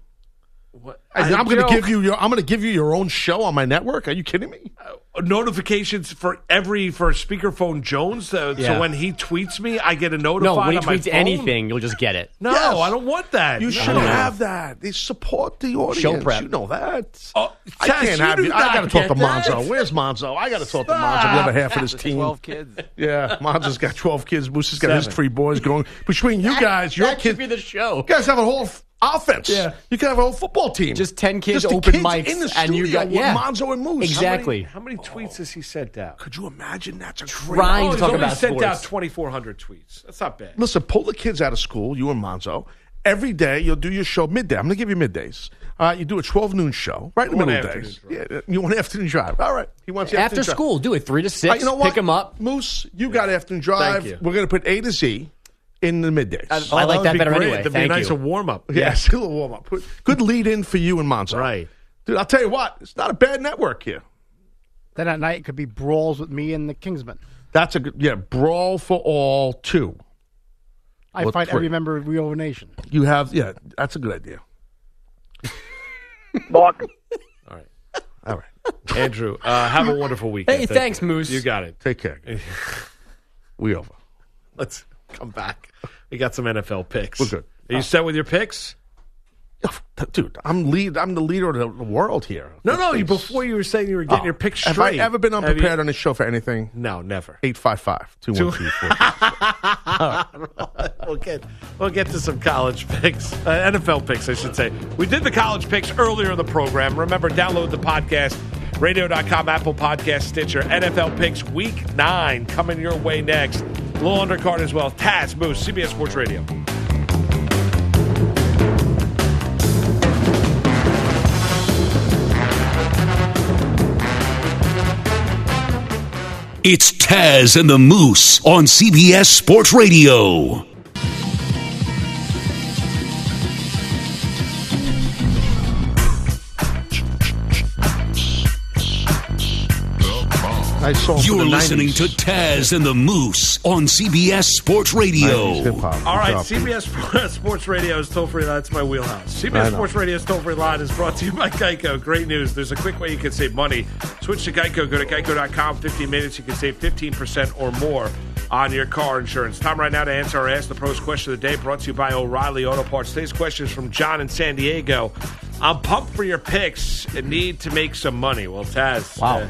[SPEAKER 3] What?
[SPEAKER 2] I, am
[SPEAKER 3] joke.
[SPEAKER 2] going to give you your. I'm going to give you your own show on my network. Are you kidding me?
[SPEAKER 3] notifications for every for speakerphone Jones. uh, So, so
[SPEAKER 5] Yeah.
[SPEAKER 3] when he tweets me, I get a
[SPEAKER 5] No,
[SPEAKER 3] notified.
[SPEAKER 5] when he
[SPEAKER 3] on my
[SPEAKER 5] tweets
[SPEAKER 3] phone?
[SPEAKER 5] anything, you'll just get it.
[SPEAKER 3] No,
[SPEAKER 2] Yes.
[SPEAKER 3] Oh, I don't want that.
[SPEAKER 2] You
[SPEAKER 3] No.
[SPEAKER 2] should have that. They support the audience.
[SPEAKER 5] prep.
[SPEAKER 2] You know that.
[SPEAKER 3] Oh,
[SPEAKER 2] I
[SPEAKER 3] Tess,
[SPEAKER 2] can't
[SPEAKER 3] you
[SPEAKER 2] have
[SPEAKER 3] do
[SPEAKER 2] you. I
[SPEAKER 3] not
[SPEAKER 2] got to talk
[SPEAKER 3] get
[SPEAKER 2] to
[SPEAKER 3] that.
[SPEAKER 2] Monzo. Where's Monzo? I got to talk to Monzo. The other half of this team.
[SPEAKER 8] Twelve kids.
[SPEAKER 2] Yeah, Monzo's got 12 kids. Moose has got his
[SPEAKER 3] Seven.
[SPEAKER 2] three boys going. Between you guys, your
[SPEAKER 5] that
[SPEAKER 2] kids.
[SPEAKER 5] should be the show.
[SPEAKER 2] You guys have a whole f- offense.
[SPEAKER 5] Yeah.
[SPEAKER 2] You could have a whole football team.
[SPEAKER 5] Just 10 kids,
[SPEAKER 2] the
[SPEAKER 5] open
[SPEAKER 2] kids
[SPEAKER 5] mics,
[SPEAKER 2] in the
[SPEAKER 5] and you
[SPEAKER 2] studio
[SPEAKER 5] got-
[SPEAKER 2] with
[SPEAKER 5] yeah.
[SPEAKER 2] Monzo and Moose.
[SPEAKER 5] Exactly.
[SPEAKER 3] How many tweets has he sent out?
[SPEAKER 2] Could you imagine? That's a
[SPEAKER 3] Oh,
[SPEAKER 5] Trying
[SPEAKER 3] he's
[SPEAKER 5] to talk
[SPEAKER 3] only
[SPEAKER 5] about
[SPEAKER 3] sent
[SPEAKER 5] sports.
[SPEAKER 3] out twenty four hundred tweets. That's not bad.
[SPEAKER 2] Listen, pull the kids out of school, you and Monzo. Every day you'll do your show midday. I'm going to give you middays. Uh, you do a 12 noon show, right in the
[SPEAKER 3] One
[SPEAKER 2] middle of the
[SPEAKER 3] afternoon
[SPEAKER 2] day. Yeah, you want afternoon drive. All right. He wants the
[SPEAKER 5] After
[SPEAKER 2] afternoon drive.
[SPEAKER 5] school, do it three to
[SPEAKER 2] Uh,
[SPEAKER 5] six.
[SPEAKER 2] you know what?
[SPEAKER 5] Pick them up.
[SPEAKER 2] Moose, you got afternoon drive.
[SPEAKER 3] you.
[SPEAKER 2] We're going to put A to Z in the middays.
[SPEAKER 5] I like
[SPEAKER 3] would
[SPEAKER 5] that
[SPEAKER 3] be
[SPEAKER 5] better
[SPEAKER 3] great.
[SPEAKER 5] anyway.
[SPEAKER 3] That'd
[SPEAKER 5] Thank
[SPEAKER 3] be nice
[SPEAKER 5] you.
[SPEAKER 3] to warm up.
[SPEAKER 2] yeah, it's a little warm up. Good lead in for you and Monzo.
[SPEAKER 3] Right.
[SPEAKER 2] Dude, I'll tell you what, it's not a bad network here.
[SPEAKER 6] Then at night it could be brawls with me and the Kingsman.
[SPEAKER 2] That's a good, yeah, Brawl for All 2.
[SPEAKER 6] I
[SPEAKER 2] Well,
[SPEAKER 6] fight
[SPEAKER 2] three.
[SPEAKER 6] every member of Real Nation.
[SPEAKER 2] You have, yeah, that's a good idea. All right. All right.
[SPEAKER 3] Andrew, uh, have a wonderful weekend.
[SPEAKER 5] Hey,
[SPEAKER 3] Thank
[SPEAKER 5] thanks,
[SPEAKER 3] you.
[SPEAKER 5] Moose.
[SPEAKER 3] You got it.
[SPEAKER 2] Take care. guys. we over.
[SPEAKER 3] Let's come back. We got some NFL picks.
[SPEAKER 2] We're good.
[SPEAKER 3] Are you set with your picks?
[SPEAKER 2] Dude, I'm lead. I'm the leader of the the world here.
[SPEAKER 3] No, no. You, before you were saying you were getting your picks
[SPEAKER 2] Have
[SPEAKER 3] straight.
[SPEAKER 2] I ever been
[SPEAKER 3] Oh, Have
[SPEAKER 2] unprepared
[SPEAKER 3] you-
[SPEAKER 2] on this show for anything?
[SPEAKER 3] No, never.
[SPEAKER 2] 855 212
[SPEAKER 3] we'll get we'll get to some college picks, uh, NFL picks, I should say. We did the college picks earlier in the program. Remember, download the podcast, radio.com, Apple Podcast, Stitcher, NFL picks, Week Nine coming your way next. Little undercard as well. Taz Moose, CBS Sports Radio.
[SPEAKER 4] It's Taz and the Moose on CBS Sports Radio.
[SPEAKER 2] I saw him
[SPEAKER 4] You're
[SPEAKER 2] in the
[SPEAKER 4] listening
[SPEAKER 2] 90s.
[SPEAKER 4] to Taz and the Moose on CBS Sports Radio.
[SPEAKER 2] 90s hip-hop.
[SPEAKER 3] All right, CBS Sports Radio's toll free line. That's my wheelhouse.
[SPEAKER 2] I
[SPEAKER 3] CBS
[SPEAKER 2] know.
[SPEAKER 3] Sports Radio's toll free line is brought to you by Geico. Great news. There's a quick way you can save money. Switch to Geico. Go to geico.com. 15 minutes. You can save 15% or more on your car insurance. Time right now to answer our Ask the Pros question of the day brought to you by O'Reilly Auto Parts. Today's question is from John in San Diego. I'm pumped for your picks and need to make some money. Well, Taz. Wow.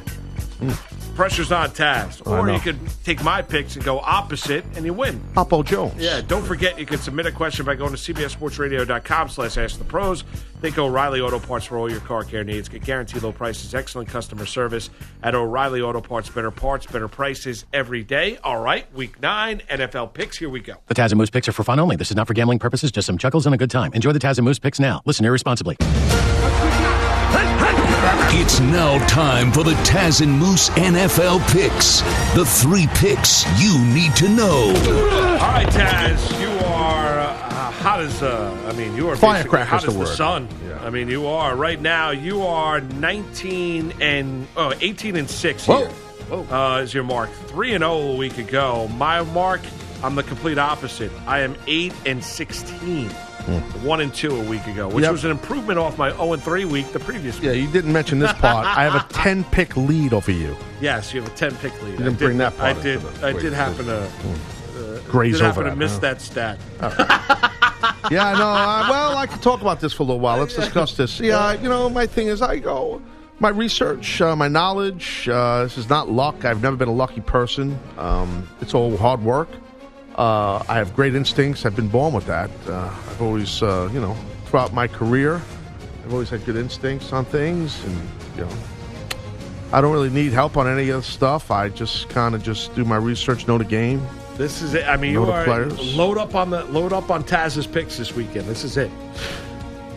[SPEAKER 3] pressure's on Taz.
[SPEAKER 2] I
[SPEAKER 3] Or
[SPEAKER 2] know.
[SPEAKER 3] you could take my picks and go opposite and you win.
[SPEAKER 2] Oppo Jones.
[SPEAKER 3] Yeah, don't forget you can submit a question by going to cbssportsradio.com slash ask the pros. Think O'Reilly Auto Parts for all your car care needs. Get guaranteed low prices, excellent customer service at O'Reilly Auto Parts. Better parts, better prices every day. All right, week nine, NFL picks. Here we go.
[SPEAKER 11] The Taz and Moose picks are for fun only. This is not for gambling purposes, just some chuckles and a good time. Enjoy the Taz and Moose picks now. Listen irresponsibly.
[SPEAKER 4] It's now time for the Taz and Moose NFL picks. The three picks you need to know.
[SPEAKER 3] All right, Taz, you are uh, hot as uh, I mean, you are
[SPEAKER 2] Firecracker's
[SPEAKER 3] basically hot
[SPEAKER 2] the
[SPEAKER 3] as the
[SPEAKER 2] word.
[SPEAKER 3] sun. I mean, you are right now. You are nineteen and oh, 18 and six here Uh, is your mark. Three and zero a week ago. My mark, I'm the complete opposite. I am eight and sixteen. One and two a week ago, which
[SPEAKER 2] Hmm. Yep.
[SPEAKER 3] was an improvement off my zero and three week the previous. week.
[SPEAKER 2] Yeah, you didn't mention this part. I have a 10 pick lead over you.
[SPEAKER 3] Yes, you have a ten pick lead.
[SPEAKER 2] didn't
[SPEAKER 3] I did,
[SPEAKER 2] bring that part
[SPEAKER 3] I
[SPEAKER 2] into
[SPEAKER 3] did.
[SPEAKER 2] the-
[SPEAKER 3] I
[SPEAKER 2] wait,
[SPEAKER 3] did happen to uh,
[SPEAKER 2] Graze
[SPEAKER 3] did happen
[SPEAKER 2] over
[SPEAKER 3] to
[SPEAKER 2] that,
[SPEAKER 3] miss
[SPEAKER 2] huh?
[SPEAKER 3] that stat.
[SPEAKER 2] yeah, I know. I, well, I could talk about this for a little while. Let's discuss this. Yeah, you know, my thing is, I go my research, uh, my knowledge. Uh, this is not luck. I've never been a lucky person. Um, it's all hard work. Uh, I have great instincts. I've been born with that. Uh, I've always, uh, you know, throughout my career, I've always had good instincts on things, and you know. I don't really need help on any of this stuff. I just kind of just do my research, know the game.
[SPEAKER 3] This is it. I mean,
[SPEAKER 2] Know
[SPEAKER 3] you
[SPEAKER 2] the
[SPEAKER 3] are
[SPEAKER 2] players.
[SPEAKER 3] load up on the load up on Taz's picks this weekend. This is it.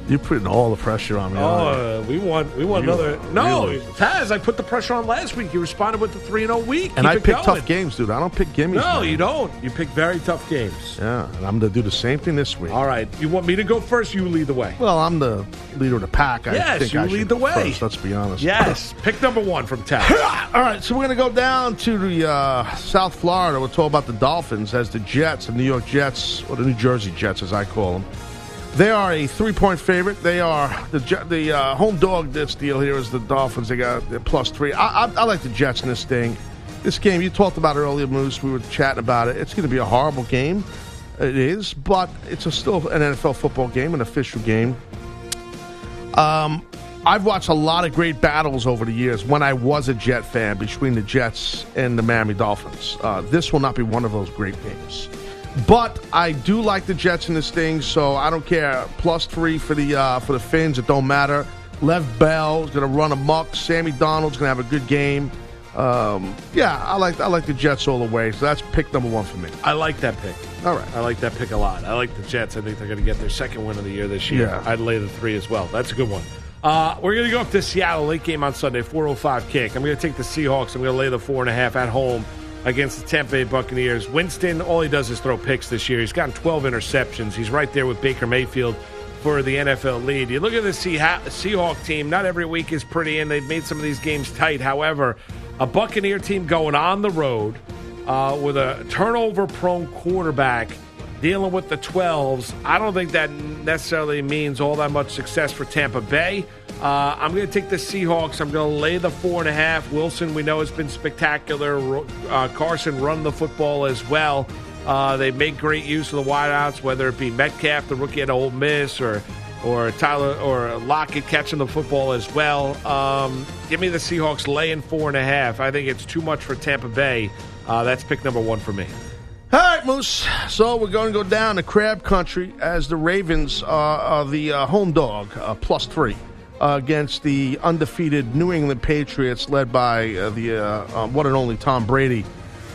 [SPEAKER 2] You're putting all the pressure on me. aren't you?
[SPEAKER 3] Oh, uh, we want we want
[SPEAKER 2] You
[SPEAKER 3] another.
[SPEAKER 2] are
[SPEAKER 3] No,
[SPEAKER 2] really-
[SPEAKER 3] Taz, I put the pressure on last week. You responded with the three and zero week.
[SPEAKER 2] And
[SPEAKER 3] Keep
[SPEAKER 2] I
[SPEAKER 3] it
[SPEAKER 2] pick
[SPEAKER 3] going.
[SPEAKER 2] tough games, dude. I don't pick gimmies.
[SPEAKER 3] No,
[SPEAKER 2] man.
[SPEAKER 3] you don't. You pick very tough games.
[SPEAKER 2] Yeah, and I'm going to do the same thing this week.
[SPEAKER 3] All right, you want me to go first? You lead the way.
[SPEAKER 2] Well, I'm the leader of the pack. I
[SPEAKER 3] Yes,
[SPEAKER 2] think
[SPEAKER 3] you
[SPEAKER 2] I
[SPEAKER 3] lead
[SPEAKER 2] should
[SPEAKER 3] the
[SPEAKER 2] go
[SPEAKER 3] way.
[SPEAKER 2] First, let's be honest.
[SPEAKER 3] Yes, pick number one from Taz.
[SPEAKER 2] All right, so we're going to go down to the uh, South Florida. We'll talk about the Dolphins as the Jets, the New York Jets, or the New Jersey Jets, as I call them. They are a three-point favorite. They are the Je- the uh, home dog. This deal here is the Dolphins. They got they're plus three. I, I, I like the Jets in this thing. This game you talked about earlier, Moose. We were chatting about it. It's going to be a horrible game. It is, but it's a, still an NFL football game, an official game. Um, I've watched a lot of great battles over the years when I was a Jet fan between the Jets and the Miami Dolphins. Uh, this will not be one of those great games. But I do like the Jets in this thing, so I don't care. Plus three for the uh, for the Finns. It don't matter. Lev Bell is going to run amok. Sammy Donald's going to have a good game. Um, yeah, I like I like the Jets all the way. So that's pick number one for me.
[SPEAKER 3] I like that pick.
[SPEAKER 2] All right.
[SPEAKER 3] I like that pick a lot. I like the Jets. I think they're going to get their second win of the year this year.
[SPEAKER 2] Yeah.
[SPEAKER 3] I'd lay the three as well. That's a good one. Uh, we're going to go up to Seattle late game on Sunday, 4:05 kick. I'm going to take the Seahawks. I'm going to lay the four and a half at home against the Tampa Bay Buccaneers. Winston, all he does is throw picks this year. He's gotten 12 interceptions. He's right there with Baker Mayfield for the NFL lead. You look at the Seah- Seahawk team. Not every week is pretty, and they've made some of these games tight. However, a Buccaneer team going on the road uh, with a turnover-prone quarterback dealing with the 12s. I don't think that necessarily means all that much success for Tampa Bay. Uh, I'm going to take the Seahawks. I'm going to lay the four and a half. Wilson, we know, has been spectacular. Ro- Uh, Carson run the football as well. Uh, they make great use of the wideouts, whether it be Metcalf, the rookie at Ole Miss, or or Tyler or Lockett catching the football as well. Um, give me the Seahawks laying four and a half. I think it's too much for Tampa Bay. Uh, that's pick number one for me.
[SPEAKER 2] Hey, right, Moose. So we're going to go down to Crab Country as the Ravens are, are the uh, home dog, uh, plus three, uh, against the undefeated New England Patriots, led by uh, the uh, uh, one and only Tom Brady,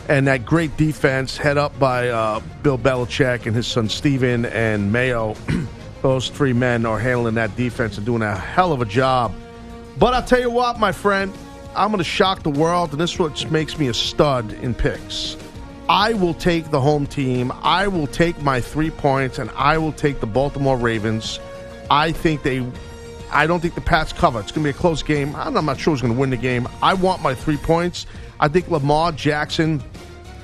[SPEAKER 2] and that great defense, head up by uh, Bill Belichick and his son Steven and Mayo. Those three men are handling that defense and doing a hell of a job. But I'll tell you what, my friend, I'm going to shock the world, and this is what makes me a stud in picks. I will take the home team. I will take my three points, and I will take the Baltimore Ravens. I think they. I don't think the Pats cover. It's going to be a close game. I'm I'm not sure who's going to win the game. I want my three points. I think Lamar Jackson,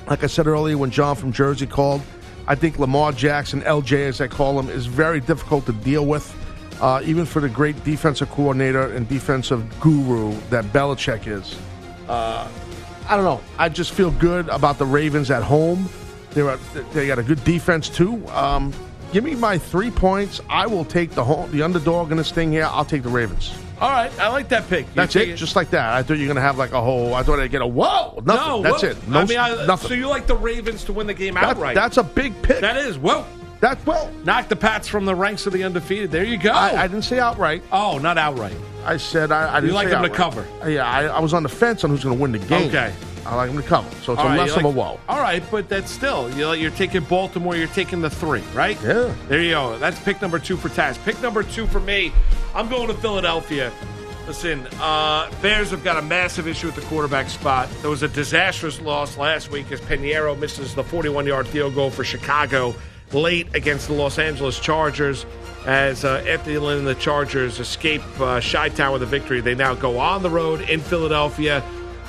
[SPEAKER 2] like I said earlier when John from Jersey called, I think Lamar Jackson, LJ as I call him, is very difficult to deal with, uh, even for the great defensive coordinator and defensive guru that Belichick is. Uh, I don't know. I just feel good about the Ravens at home. They are they got a good defense too. Um, give me my three points. I will take the home, the underdog in this thing here. I'll take the Ravens.
[SPEAKER 3] All right, I like that pick. You
[SPEAKER 2] That's
[SPEAKER 3] take
[SPEAKER 2] it, just like that. I thought you were gonna have like a whole. I thought I'd get a whoa. Nothing.
[SPEAKER 3] No,
[SPEAKER 2] that's
[SPEAKER 3] whoa.
[SPEAKER 2] it. No,
[SPEAKER 3] I mean, I,
[SPEAKER 2] nothing.
[SPEAKER 3] so you like the Ravens to win the game
[SPEAKER 2] That-
[SPEAKER 3] outright?
[SPEAKER 2] That's a big pick.
[SPEAKER 3] That is whoa.
[SPEAKER 2] That's well.
[SPEAKER 3] Knock the Pats from the ranks of the undefeated. There you go. I,
[SPEAKER 2] didn't say outright.
[SPEAKER 3] Oh, not outright.
[SPEAKER 2] I said I. I
[SPEAKER 3] you
[SPEAKER 2] didn't
[SPEAKER 3] like
[SPEAKER 2] say
[SPEAKER 3] them to
[SPEAKER 2] outright.
[SPEAKER 3] cover.
[SPEAKER 2] Yeah, I, I was on the fence on who's gonna win the game.
[SPEAKER 3] Okay.
[SPEAKER 2] I like them to cover, so it's
[SPEAKER 3] All
[SPEAKER 2] a
[SPEAKER 3] right,
[SPEAKER 2] less
[SPEAKER 3] you like-
[SPEAKER 2] of a whoa.
[SPEAKER 3] All right, but that's still you're, you're taking Baltimore. You're taking the three, right?
[SPEAKER 2] Yeah.
[SPEAKER 3] There you go. That's pick number two for Taz. Pick number two for me. I'm going to Philadelphia. Listen, uh, Bears have got a massive issue at the quarterback spot. There was a disastrous loss last week as Pinheiro misses the 41 yard field goal for Chicago late against the Los Angeles Chargers. As uh, Anthony Lynn and the Chargers escape uh, Chi Town with a victory, they now go on the road in Philadelphia.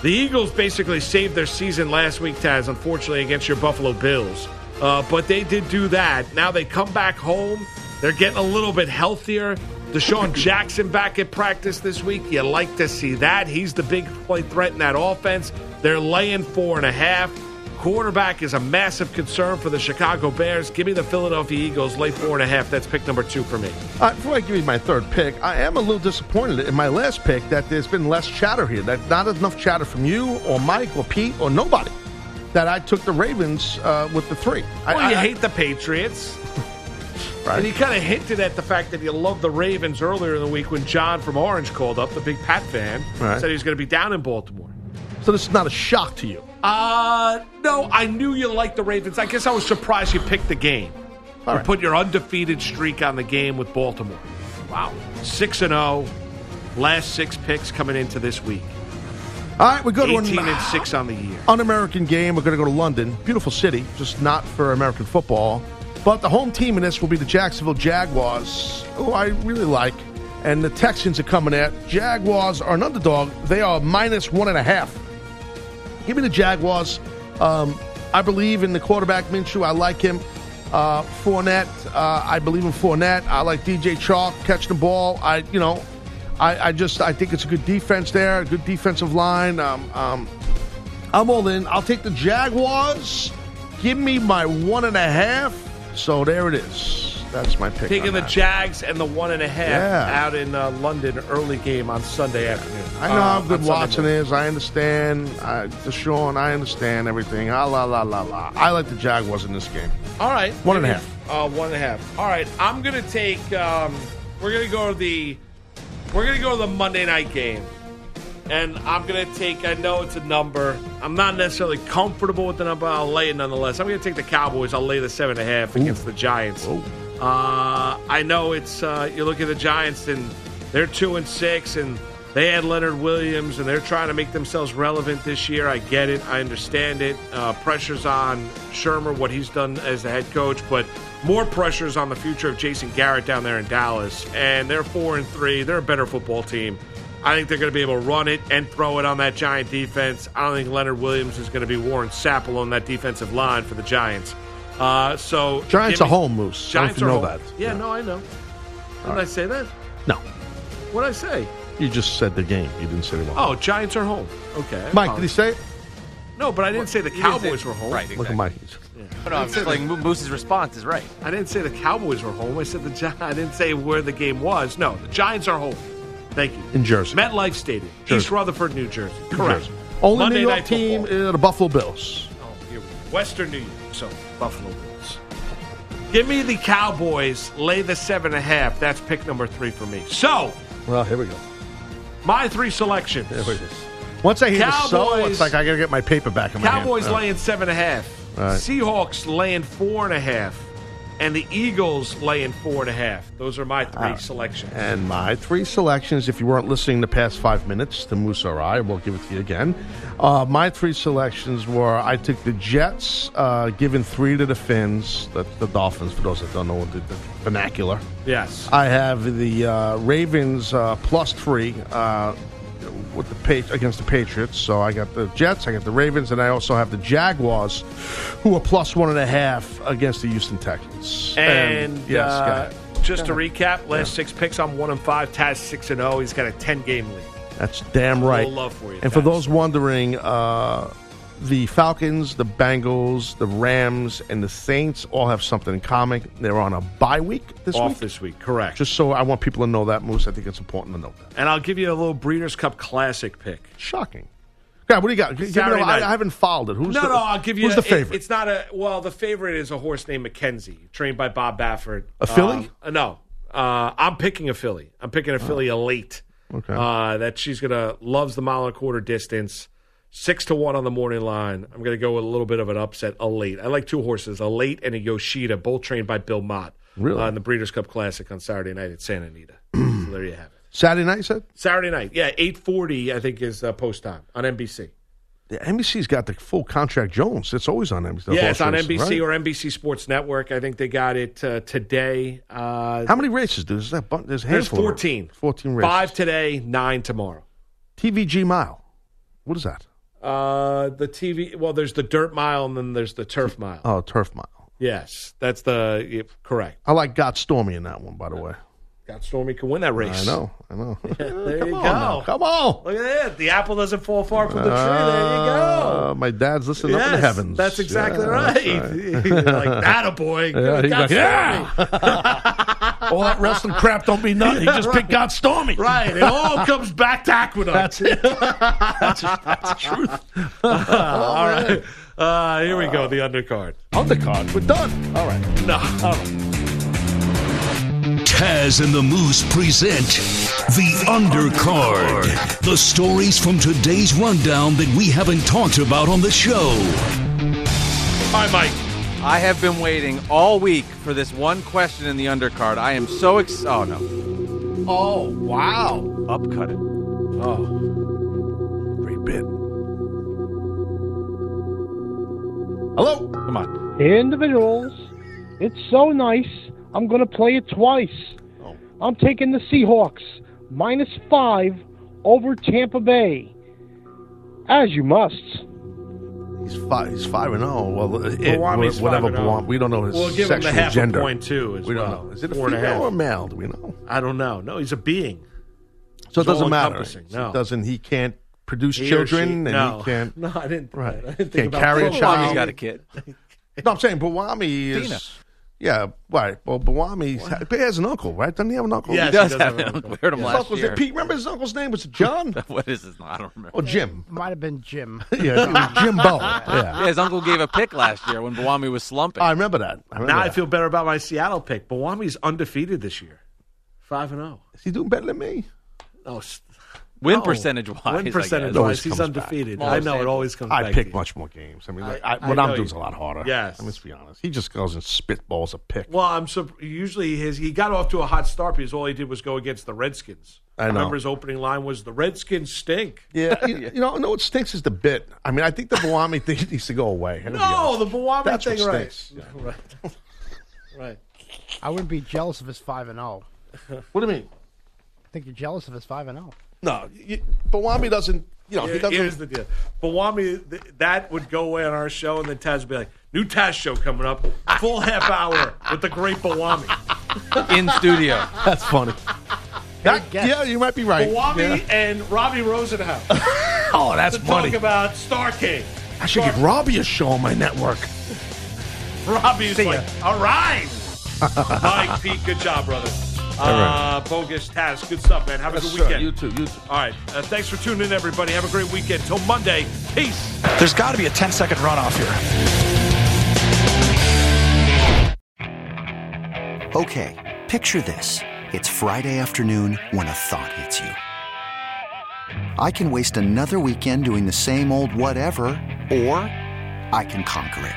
[SPEAKER 3] The Eagles basically saved their season last week, Taz, unfortunately, against your Buffalo Bills. Uh, but they did do that. Now they come back home. They're getting a little bit healthier. Deshaun Jackson back at practice this week. You like to see that. He's the big play threat in that offense. They're laying four and a half. Quarterback is a massive concern for the Chicago Bears. Give me the Philadelphia Eagles, lay four and a half. That's pick number two for me.
[SPEAKER 2] Uh, before I give you my third pick, I am a little disappointed in my last pick that there's been less chatter here. That not enough chatter from you or Mike or Pete or nobody. That I took the Ravens uh, with the three. I-
[SPEAKER 3] Well,
[SPEAKER 2] I,
[SPEAKER 3] Oh, you hate the Patriots.
[SPEAKER 2] Right.
[SPEAKER 3] And you kind of hinted at the fact that you love the Ravens earlier in the week when John from Orange called up, the big Pat fan,
[SPEAKER 2] Right.
[SPEAKER 3] said he was going to be down in Baltimore.
[SPEAKER 2] so this is not a shock to you.
[SPEAKER 3] Uh, no, I knew you liked the Ravens. I guess I was surprised you picked the game. you put your undefeated streak on the game with Baltimore. Wow. 6 and 0, last six picks coming into this week.
[SPEAKER 2] All right, we go to
[SPEAKER 3] 18
[SPEAKER 2] an,
[SPEAKER 3] and 6 on the year.
[SPEAKER 2] un-American game. We're going to go to London, beautiful city, just not for American football. But the home team in this will be the Jacksonville Jaguars, who I really like. And the Texans are coming at. Jaguars are an underdog. They are minus one and a half. Give me the Jaguars. Um, I believe in the quarterback Minshew. I like him. Uh, Fournette. Uh, I believe in Fournette. I like DJ Chalk catching the ball. I, you know, I, I just I think it's a good defense there. A good defensive line. Um, um, I'm all in. I'll take the Jaguars. Give me my one and a half. So there it is. That's my pick.
[SPEAKER 3] Taking
[SPEAKER 2] on
[SPEAKER 3] the
[SPEAKER 2] that.
[SPEAKER 3] Jags and the one and a half
[SPEAKER 2] Yeah.
[SPEAKER 3] out in uh, London early game on Sunday afternoon.
[SPEAKER 2] I know
[SPEAKER 3] Uh,
[SPEAKER 2] how
[SPEAKER 3] on
[SPEAKER 2] good
[SPEAKER 3] Sunday
[SPEAKER 2] Watson
[SPEAKER 3] morning.
[SPEAKER 2] is. I understand. I, Deshaun, I understand everything. Ah, la, la, la, la. I like the Jaguars in this game.
[SPEAKER 3] All right.
[SPEAKER 2] One and a
[SPEAKER 3] Maybe- Uh, one and a half. All right. I'm gonna take. Um, we're gonna go to the. We're gonna go to the Monday night game, and I'm gonna take. I know it's a number. I'm not necessarily comfortable with the number. I'll lay it nonetheless. I'm gonna take the Cowboys. I'll lay the seven and a half against the Giants. Uh, I know it's. Uh, you look at the Giants, and they're two and six, and they had Leonard Williams, and they're trying to make themselves relevant this year. I get it. I understand it. Uh, pressure's on Shermer, what he's done as the head coach, but more pressure's on the future of Jason Garrett down there in Dallas. And they're four and three. They're a better football team. I think they're going to be able to run it and throw it on that Giant defense. I don't think Leonard Williams is going to be Warren Sappel on that defensive line for the Giants. Uh, so
[SPEAKER 2] Giants
[SPEAKER 3] give
[SPEAKER 2] are home, Moose. I don't know if
[SPEAKER 3] Giants
[SPEAKER 2] you
[SPEAKER 3] are
[SPEAKER 2] know
[SPEAKER 3] home.
[SPEAKER 2] that.
[SPEAKER 3] Yeah, no, I know. Did
[SPEAKER 2] All
[SPEAKER 3] not I say that?
[SPEAKER 2] No.
[SPEAKER 3] What did I say?
[SPEAKER 2] You just said the game. You didn't say the one.
[SPEAKER 3] Oh, Giants are home. Okay. I
[SPEAKER 2] Mike, did he say it?
[SPEAKER 3] apologize. No, but I didn't say the Cowboys were home. Right.
[SPEAKER 2] Look at Mike.
[SPEAKER 8] No, I'm just uh, like Mo- Moose's response is right.
[SPEAKER 3] I didn't say the Cowboys were home. I said the Gi- I didn't say where the game was. No, the Giants are home. Thank you.
[SPEAKER 2] In Jersey.
[SPEAKER 3] MetLife Stadium, East
[SPEAKER 2] Jersey.
[SPEAKER 3] Rutherford, New Jersey.
[SPEAKER 2] New
[SPEAKER 3] Correct.
[SPEAKER 2] Jersey. Only
[SPEAKER 3] Monday
[SPEAKER 2] New York
[SPEAKER 3] Night
[SPEAKER 2] team
[SPEAKER 3] Football.
[SPEAKER 2] is the Buffalo Bills.
[SPEAKER 3] Here we go. Western New York.
[SPEAKER 12] So, Buffalo Bills.
[SPEAKER 3] Give me the Cowboys, lay the seven and a half. That's pick number three for me. So,
[SPEAKER 2] Well, here we go.
[SPEAKER 3] my three selections.
[SPEAKER 2] Once I hear the so,
[SPEAKER 3] Cowboys-
[SPEAKER 2] it's like I gotta get my paper back in my hand. Uh,
[SPEAKER 3] Cowboys
[SPEAKER 2] Yeah.
[SPEAKER 3] laying seven and a half.
[SPEAKER 2] All right.
[SPEAKER 3] Seahawks laying four and a half. And the Eagles laying four and a half. Those are my three
[SPEAKER 2] All right.
[SPEAKER 3] selections.
[SPEAKER 2] Ah. And my three selections, if you weren't listening the past five minutes to Moose or I, we'll give it to you again. Uh, my three selections were I took the Jets, uh, giving three to the Finns, the, the Dolphins, for those that don't know what the, the vernacular.
[SPEAKER 3] Yes.
[SPEAKER 2] I have the uh, Ravens uh, plus three uh, with the pa- against the Patriots. So I got the Jets, I got the Ravens, and I also have the Jaguars, who are plus one and a half against the Houston Texans.
[SPEAKER 3] And,
[SPEAKER 2] yes,
[SPEAKER 3] uh,
[SPEAKER 2] go ahead.
[SPEAKER 3] just to recap, last six picks, I'm one and five. Taz six and zero. He's got a ten game lead.
[SPEAKER 2] That's damn right.
[SPEAKER 3] Little love for you,
[SPEAKER 2] and for
[SPEAKER 3] Taz.
[SPEAKER 2] those wondering, uh, the Falcons, the Bengals, the Rams, and the Saints all have something in common. They're on a bye week this
[SPEAKER 3] Off
[SPEAKER 2] week.
[SPEAKER 3] this week, correct.
[SPEAKER 2] Just so I want people to know that, Moose. I think it's important to know that.
[SPEAKER 3] And I'll give you a little Breeders' Cup Classic pick.
[SPEAKER 2] Shocking. God, what do you got? Give me
[SPEAKER 3] Saturday
[SPEAKER 2] a- I,
[SPEAKER 3] night.
[SPEAKER 2] I haven't followed it. Who's
[SPEAKER 3] no,
[SPEAKER 2] the,
[SPEAKER 3] no, I'll give you.
[SPEAKER 2] Who's the
[SPEAKER 3] it-
[SPEAKER 2] favorite?
[SPEAKER 3] it's not a. Well, the favorite is a horse named Mackenzie, trained by Bob Baffert.
[SPEAKER 2] A filly?
[SPEAKER 3] Uh, no, uh, I'm picking a filly. I'm picking a filly elite.
[SPEAKER 2] Oh. Okay.
[SPEAKER 3] Uh, that she's gonna loves the mile and a quarter distance. Six to one on the morning line. I'm gonna go with a little bit of an upset. Elite. I like two horses, Elite and a Yoshida, both trained by Bill Mott.
[SPEAKER 2] Really?
[SPEAKER 3] Uh, in the Breeders' Cup Classic on Saturday night at Santa Anita. so there you have it.
[SPEAKER 2] Saturday night, you said?
[SPEAKER 3] Saturday night, yeah, eight forty. I think is uh, post time on NBC.
[SPEAKER 2] Yeah, NBC's got the full contract Jones. It's always on NBC. the
[SPEAKER 3] yeah,
[SPEAKER 2] horse
[SPEAKER 3] it's on
[SPEAKER 2] racing,
[SPEAKER 3] NBC
[SPEAKER 2] right?
[SPEAKER 3] or NBC Sports Network. I think they got it uh, today. Uh,
[SPEAKER 2] How many races, dude? Is that bun- there's a
[SPEAKER 3] There's
[SPEAKER 2] handful of them.
[SPEAKER 3] 14.
[SPEAKER 2] 14 races.
[SPEAKER 3] Five today, nine tomorrow.
[SPEAKER 2] TVG mile. What is that?
[SPEAKER 3] Uh, the TV. Well, there's the dirt mile and then there's the turf mile.
[SPEAKER 2] Oh, turf mile.
[SPEAKER 3] Yes, that's the yeah, correct.
[SPEAKER 2] I like Got Stormy in that one, by the way.
[SPEAKER 3] Got Stormy can win that race.
[SPEAKER 2] I know. I know.
[SPEAKER 3] There you go.
[SPEAKER 2] on now, Come on.
[SPEAKER 3] Look at that. The apple doesn't fall far from the tree. there you
[SPEAKER 2] Uh, my dad's listening up in
[SPEAKER 3] Yes,
[SPEAKER 2] the heavens.
[SPEAKER 3] that's exactly right.
[SPEAKER 2] You're
[SPEAKER 3] Like, "Atta boy, give me
[SPEAKER 2] Yeah, he's
[SPEAKER 3] Got
[SPEAKER 2] like, yeah. all that wrestling crap don't mean nothing. He just picked God Stormy.
[SPEAKER 3] go. Right. It all comes back to Aqueduct.
[SPEAKER 2] That's it.
[SPEAKER 3] that's, the truth. all right. Uh, here we go. The undercard.
[SPEAKER 2] Undercard. We're done. All right.
[SPEAKER 3] No.
[SPEAKER 4] Taz and the Moose present The Undercard. The stories from today's rundown that we haven't talked about on the show.
[SPEAKER 3] Hi, Mike.
[SPEAKER 8] I have been waiting all week for this one question in the undercard. I am so ex. Oh no,
[SPEAKER 3] Oh wow!
[SPEAKER 8] upcut it. Oh,
[SPEAKER 2] Great bit. Hello.
[SPEAKER 8] Come on.
[SPEAKER 13] Individuals. It's so nice. I'm going to play it twice. I'm taking the Seahawks minus five over Tampa Bay. As you must.
[SPEAKER 2] He's five. He's five and zero. Well, it,
[SPEAKER 3] Belwami's five
[SPEAKER 2] whatever.
[SPEAKER 3] and oh.
[SPEAKER 2] Belwami, we don't know his
[SPEAKER 3] We'll give him the
[SPEAKER 2] sexual
[SPEAKER 3] half a
[SPEAKER 2] gender.
[SPEAKER 3] point, too, as
[SPEAKER 2] we don't
[SPEAKER 3] well.
[SPEAKER 2] know. Is it a
[SPEAKER 3] Four and a
[SPEAKER 2] female
[SPEAKER 3] half.
[SPEAKER 2] or male? Do we know?
[SPEAKER 3] I don't know. No, he's a being.
[SPEAKER 2] So it
[SPEAKER 3] It's
[SPEAKER 2] doesn't matter.
[SPEAKER 3] all-encompassing.
[SPEAKER 2] right?
[SPEAKER 3] No.
[SPEAKER 2] It doesn't he can't produce
[SPEAKER 3] He or
[SPEAKER 2] children
[SPEAKER 3] she-
[SPEAKER 2] and
[SPEAKER 3] no.
[SPEAKER 2] he can't.
[SPEAKER 3] No, I didn't.
[SPEAKER 2] Right.
[SPEAKER 3] I didn't think
[SPEAKER 2] can't
[SPEAKER 3] about
[SPEAKER 2] carry a
[SPEAKER 3] that.
[SPEAKER 2] child.
[SPEAKER 8] He's got a kid.
[SPEAKER 2] No, I'm saying Bawami is.
[SPEAKER 8] Dina.
[SPEAKER 2] Yeah, right. Well, Bawami, he has an uncle, right? Doesn't he have an uncle?
[SPEAKER 8] Yes, He does he does have have an an uncle. uncle. We heard him
[SPEAKER 2] His
[SPEAKER 8] last
[SPEAKER 2] uncle's
[SPEAKER 8] year.
[SPEAKER 2] name- Pete, remember his uncle's name was John
[SPEAKER 8] what is this? I don't remember.
[SPEAKER 2] or Jim?
[SPEAKER 6] Might have been Jim.
[SPEAKER 2] Yeah, it was Jimbo. Yeah.
[SPEAKER 8] Yeah, his uncle gave a pick last year when Bawami was slumping.
[SPEAKER 2] I remember that. I remember
[SPEAKER 3] Now I
[SPEAKER 2] that.
[SPEAKER 3] feel better about my Seattle pick. Bawami's undefeated this year, five and zero.
[SPEAKER 2] Is he doing better than me?
[SPEAKER 3] Oh, s-
[SPEAKER 8] Win
[SPEAKER 3] no.
[SPEAKER 8] percentage-wise, I
[SPEAKER 3] Win
[SPEAKER 8] guess.
[SPEAKER 3] percentage
[SPEAKER 2] It always
[SPEAKER 3] wise, he's
[SPEAKER 2] comes back.
[SPEAKER 3] undefeated. I know it always comes.
[SPEAKER 2] I
[SPEAKER 3] back
[SPEAKER 2] pick
[SPEAKER 3] to you.
[SPEAKER 2] much more games. I mean, like,
[SPEAKER 3] I-
[SPEAKER 2] I,
[SPEAKER 3] I
[SPEAKER 2] what
[SPEAKER 3] know
[SPEAKER 2] I'm doing is
[SPEAKER 3] you-
[SPEAKER 2] a lot harder.
[SPEAKER 3] Yes.
[SPEAKER 2] I mean, let's be honest. He just goes and spitballs a pick.
[SPEAKER 3] Well, I'm sur- usually his. He got off to a hot start because all he did was go against the Redskins.
[SPEAKER 2] I know.
[SPEAKER 3] Remember his opening line was the Redskins stink.
[SPEAKER 2] Yeah, you, you know, no, what stinks is the bit. I mean, I think the Bawami thing needs to go away. I'm gonna be
[SPEAKER 3] No,
[SPEAKER 2] honest.
[SPEAKER 3] the Bawami
[SPEAKER 2] That's what
[SPEAKER 3] thing, right?
[SPEAKER 2] stinks.
[SPEAKER 3] right. right.
[SPEAKER 6] I wouldn't be jealous of his five and zero.
[SPEAKER 2] What do you mean?
[SPEAKER 6] I think you're jealous of his five and oh. zero.
[SPEAKER 2] No, you, Bawami doesn't. You know, he
[SPEAKER 3] Here-
[SPEAKER 2] doesn't.
[SPEAKER 3] Here's the deal. Bawami, th- that would go away on our show, and then Taz would be like, new Taz show coming up, full half hour with the great Bawami.
[SPEAKER 8] In studio.
[SPEAKER 2] That's funny. That- yeah, you might be right.
[SPEAKER 3] Bawami
[SPEAKER 2] Yeah.
[SPEAKER 3] and Robbie Rosenhaus.
[SPEAKER 2] Oh, that's
[SPEAKER 3] to
[SPEAKER 2] funny.
[SPEAKER 3] Talk about Star King.
[SPEAKER 2] I should give Robbie a show on my network.
[SPEAKER 3] Robbie's
[SPEAKER 2] See
[SPEAKER 3] like, all right. Mike, Pete, good job, brother. Uh, Bogus, Taz, good stuff, man. Have a
[SPEAKER 2] Yes,
[SPEAKER 3] good
[SPEAKER 2] sir.
[SPEAKER 3] weekend.
[SPEAKER 2] You too. You too.
[SPEAKER 3] All right. Uh, thanks for tuning in, everybody. Have a great weekend. Till Monday. Peace.
[SPEAKER 12] There's got to be a 10 second runoff here.
[SPEAKER 14] Okay, picture this. It's Friday afternoon when a thought hits you. I can waste another weekend doing the same old whatever, or I can conquer it.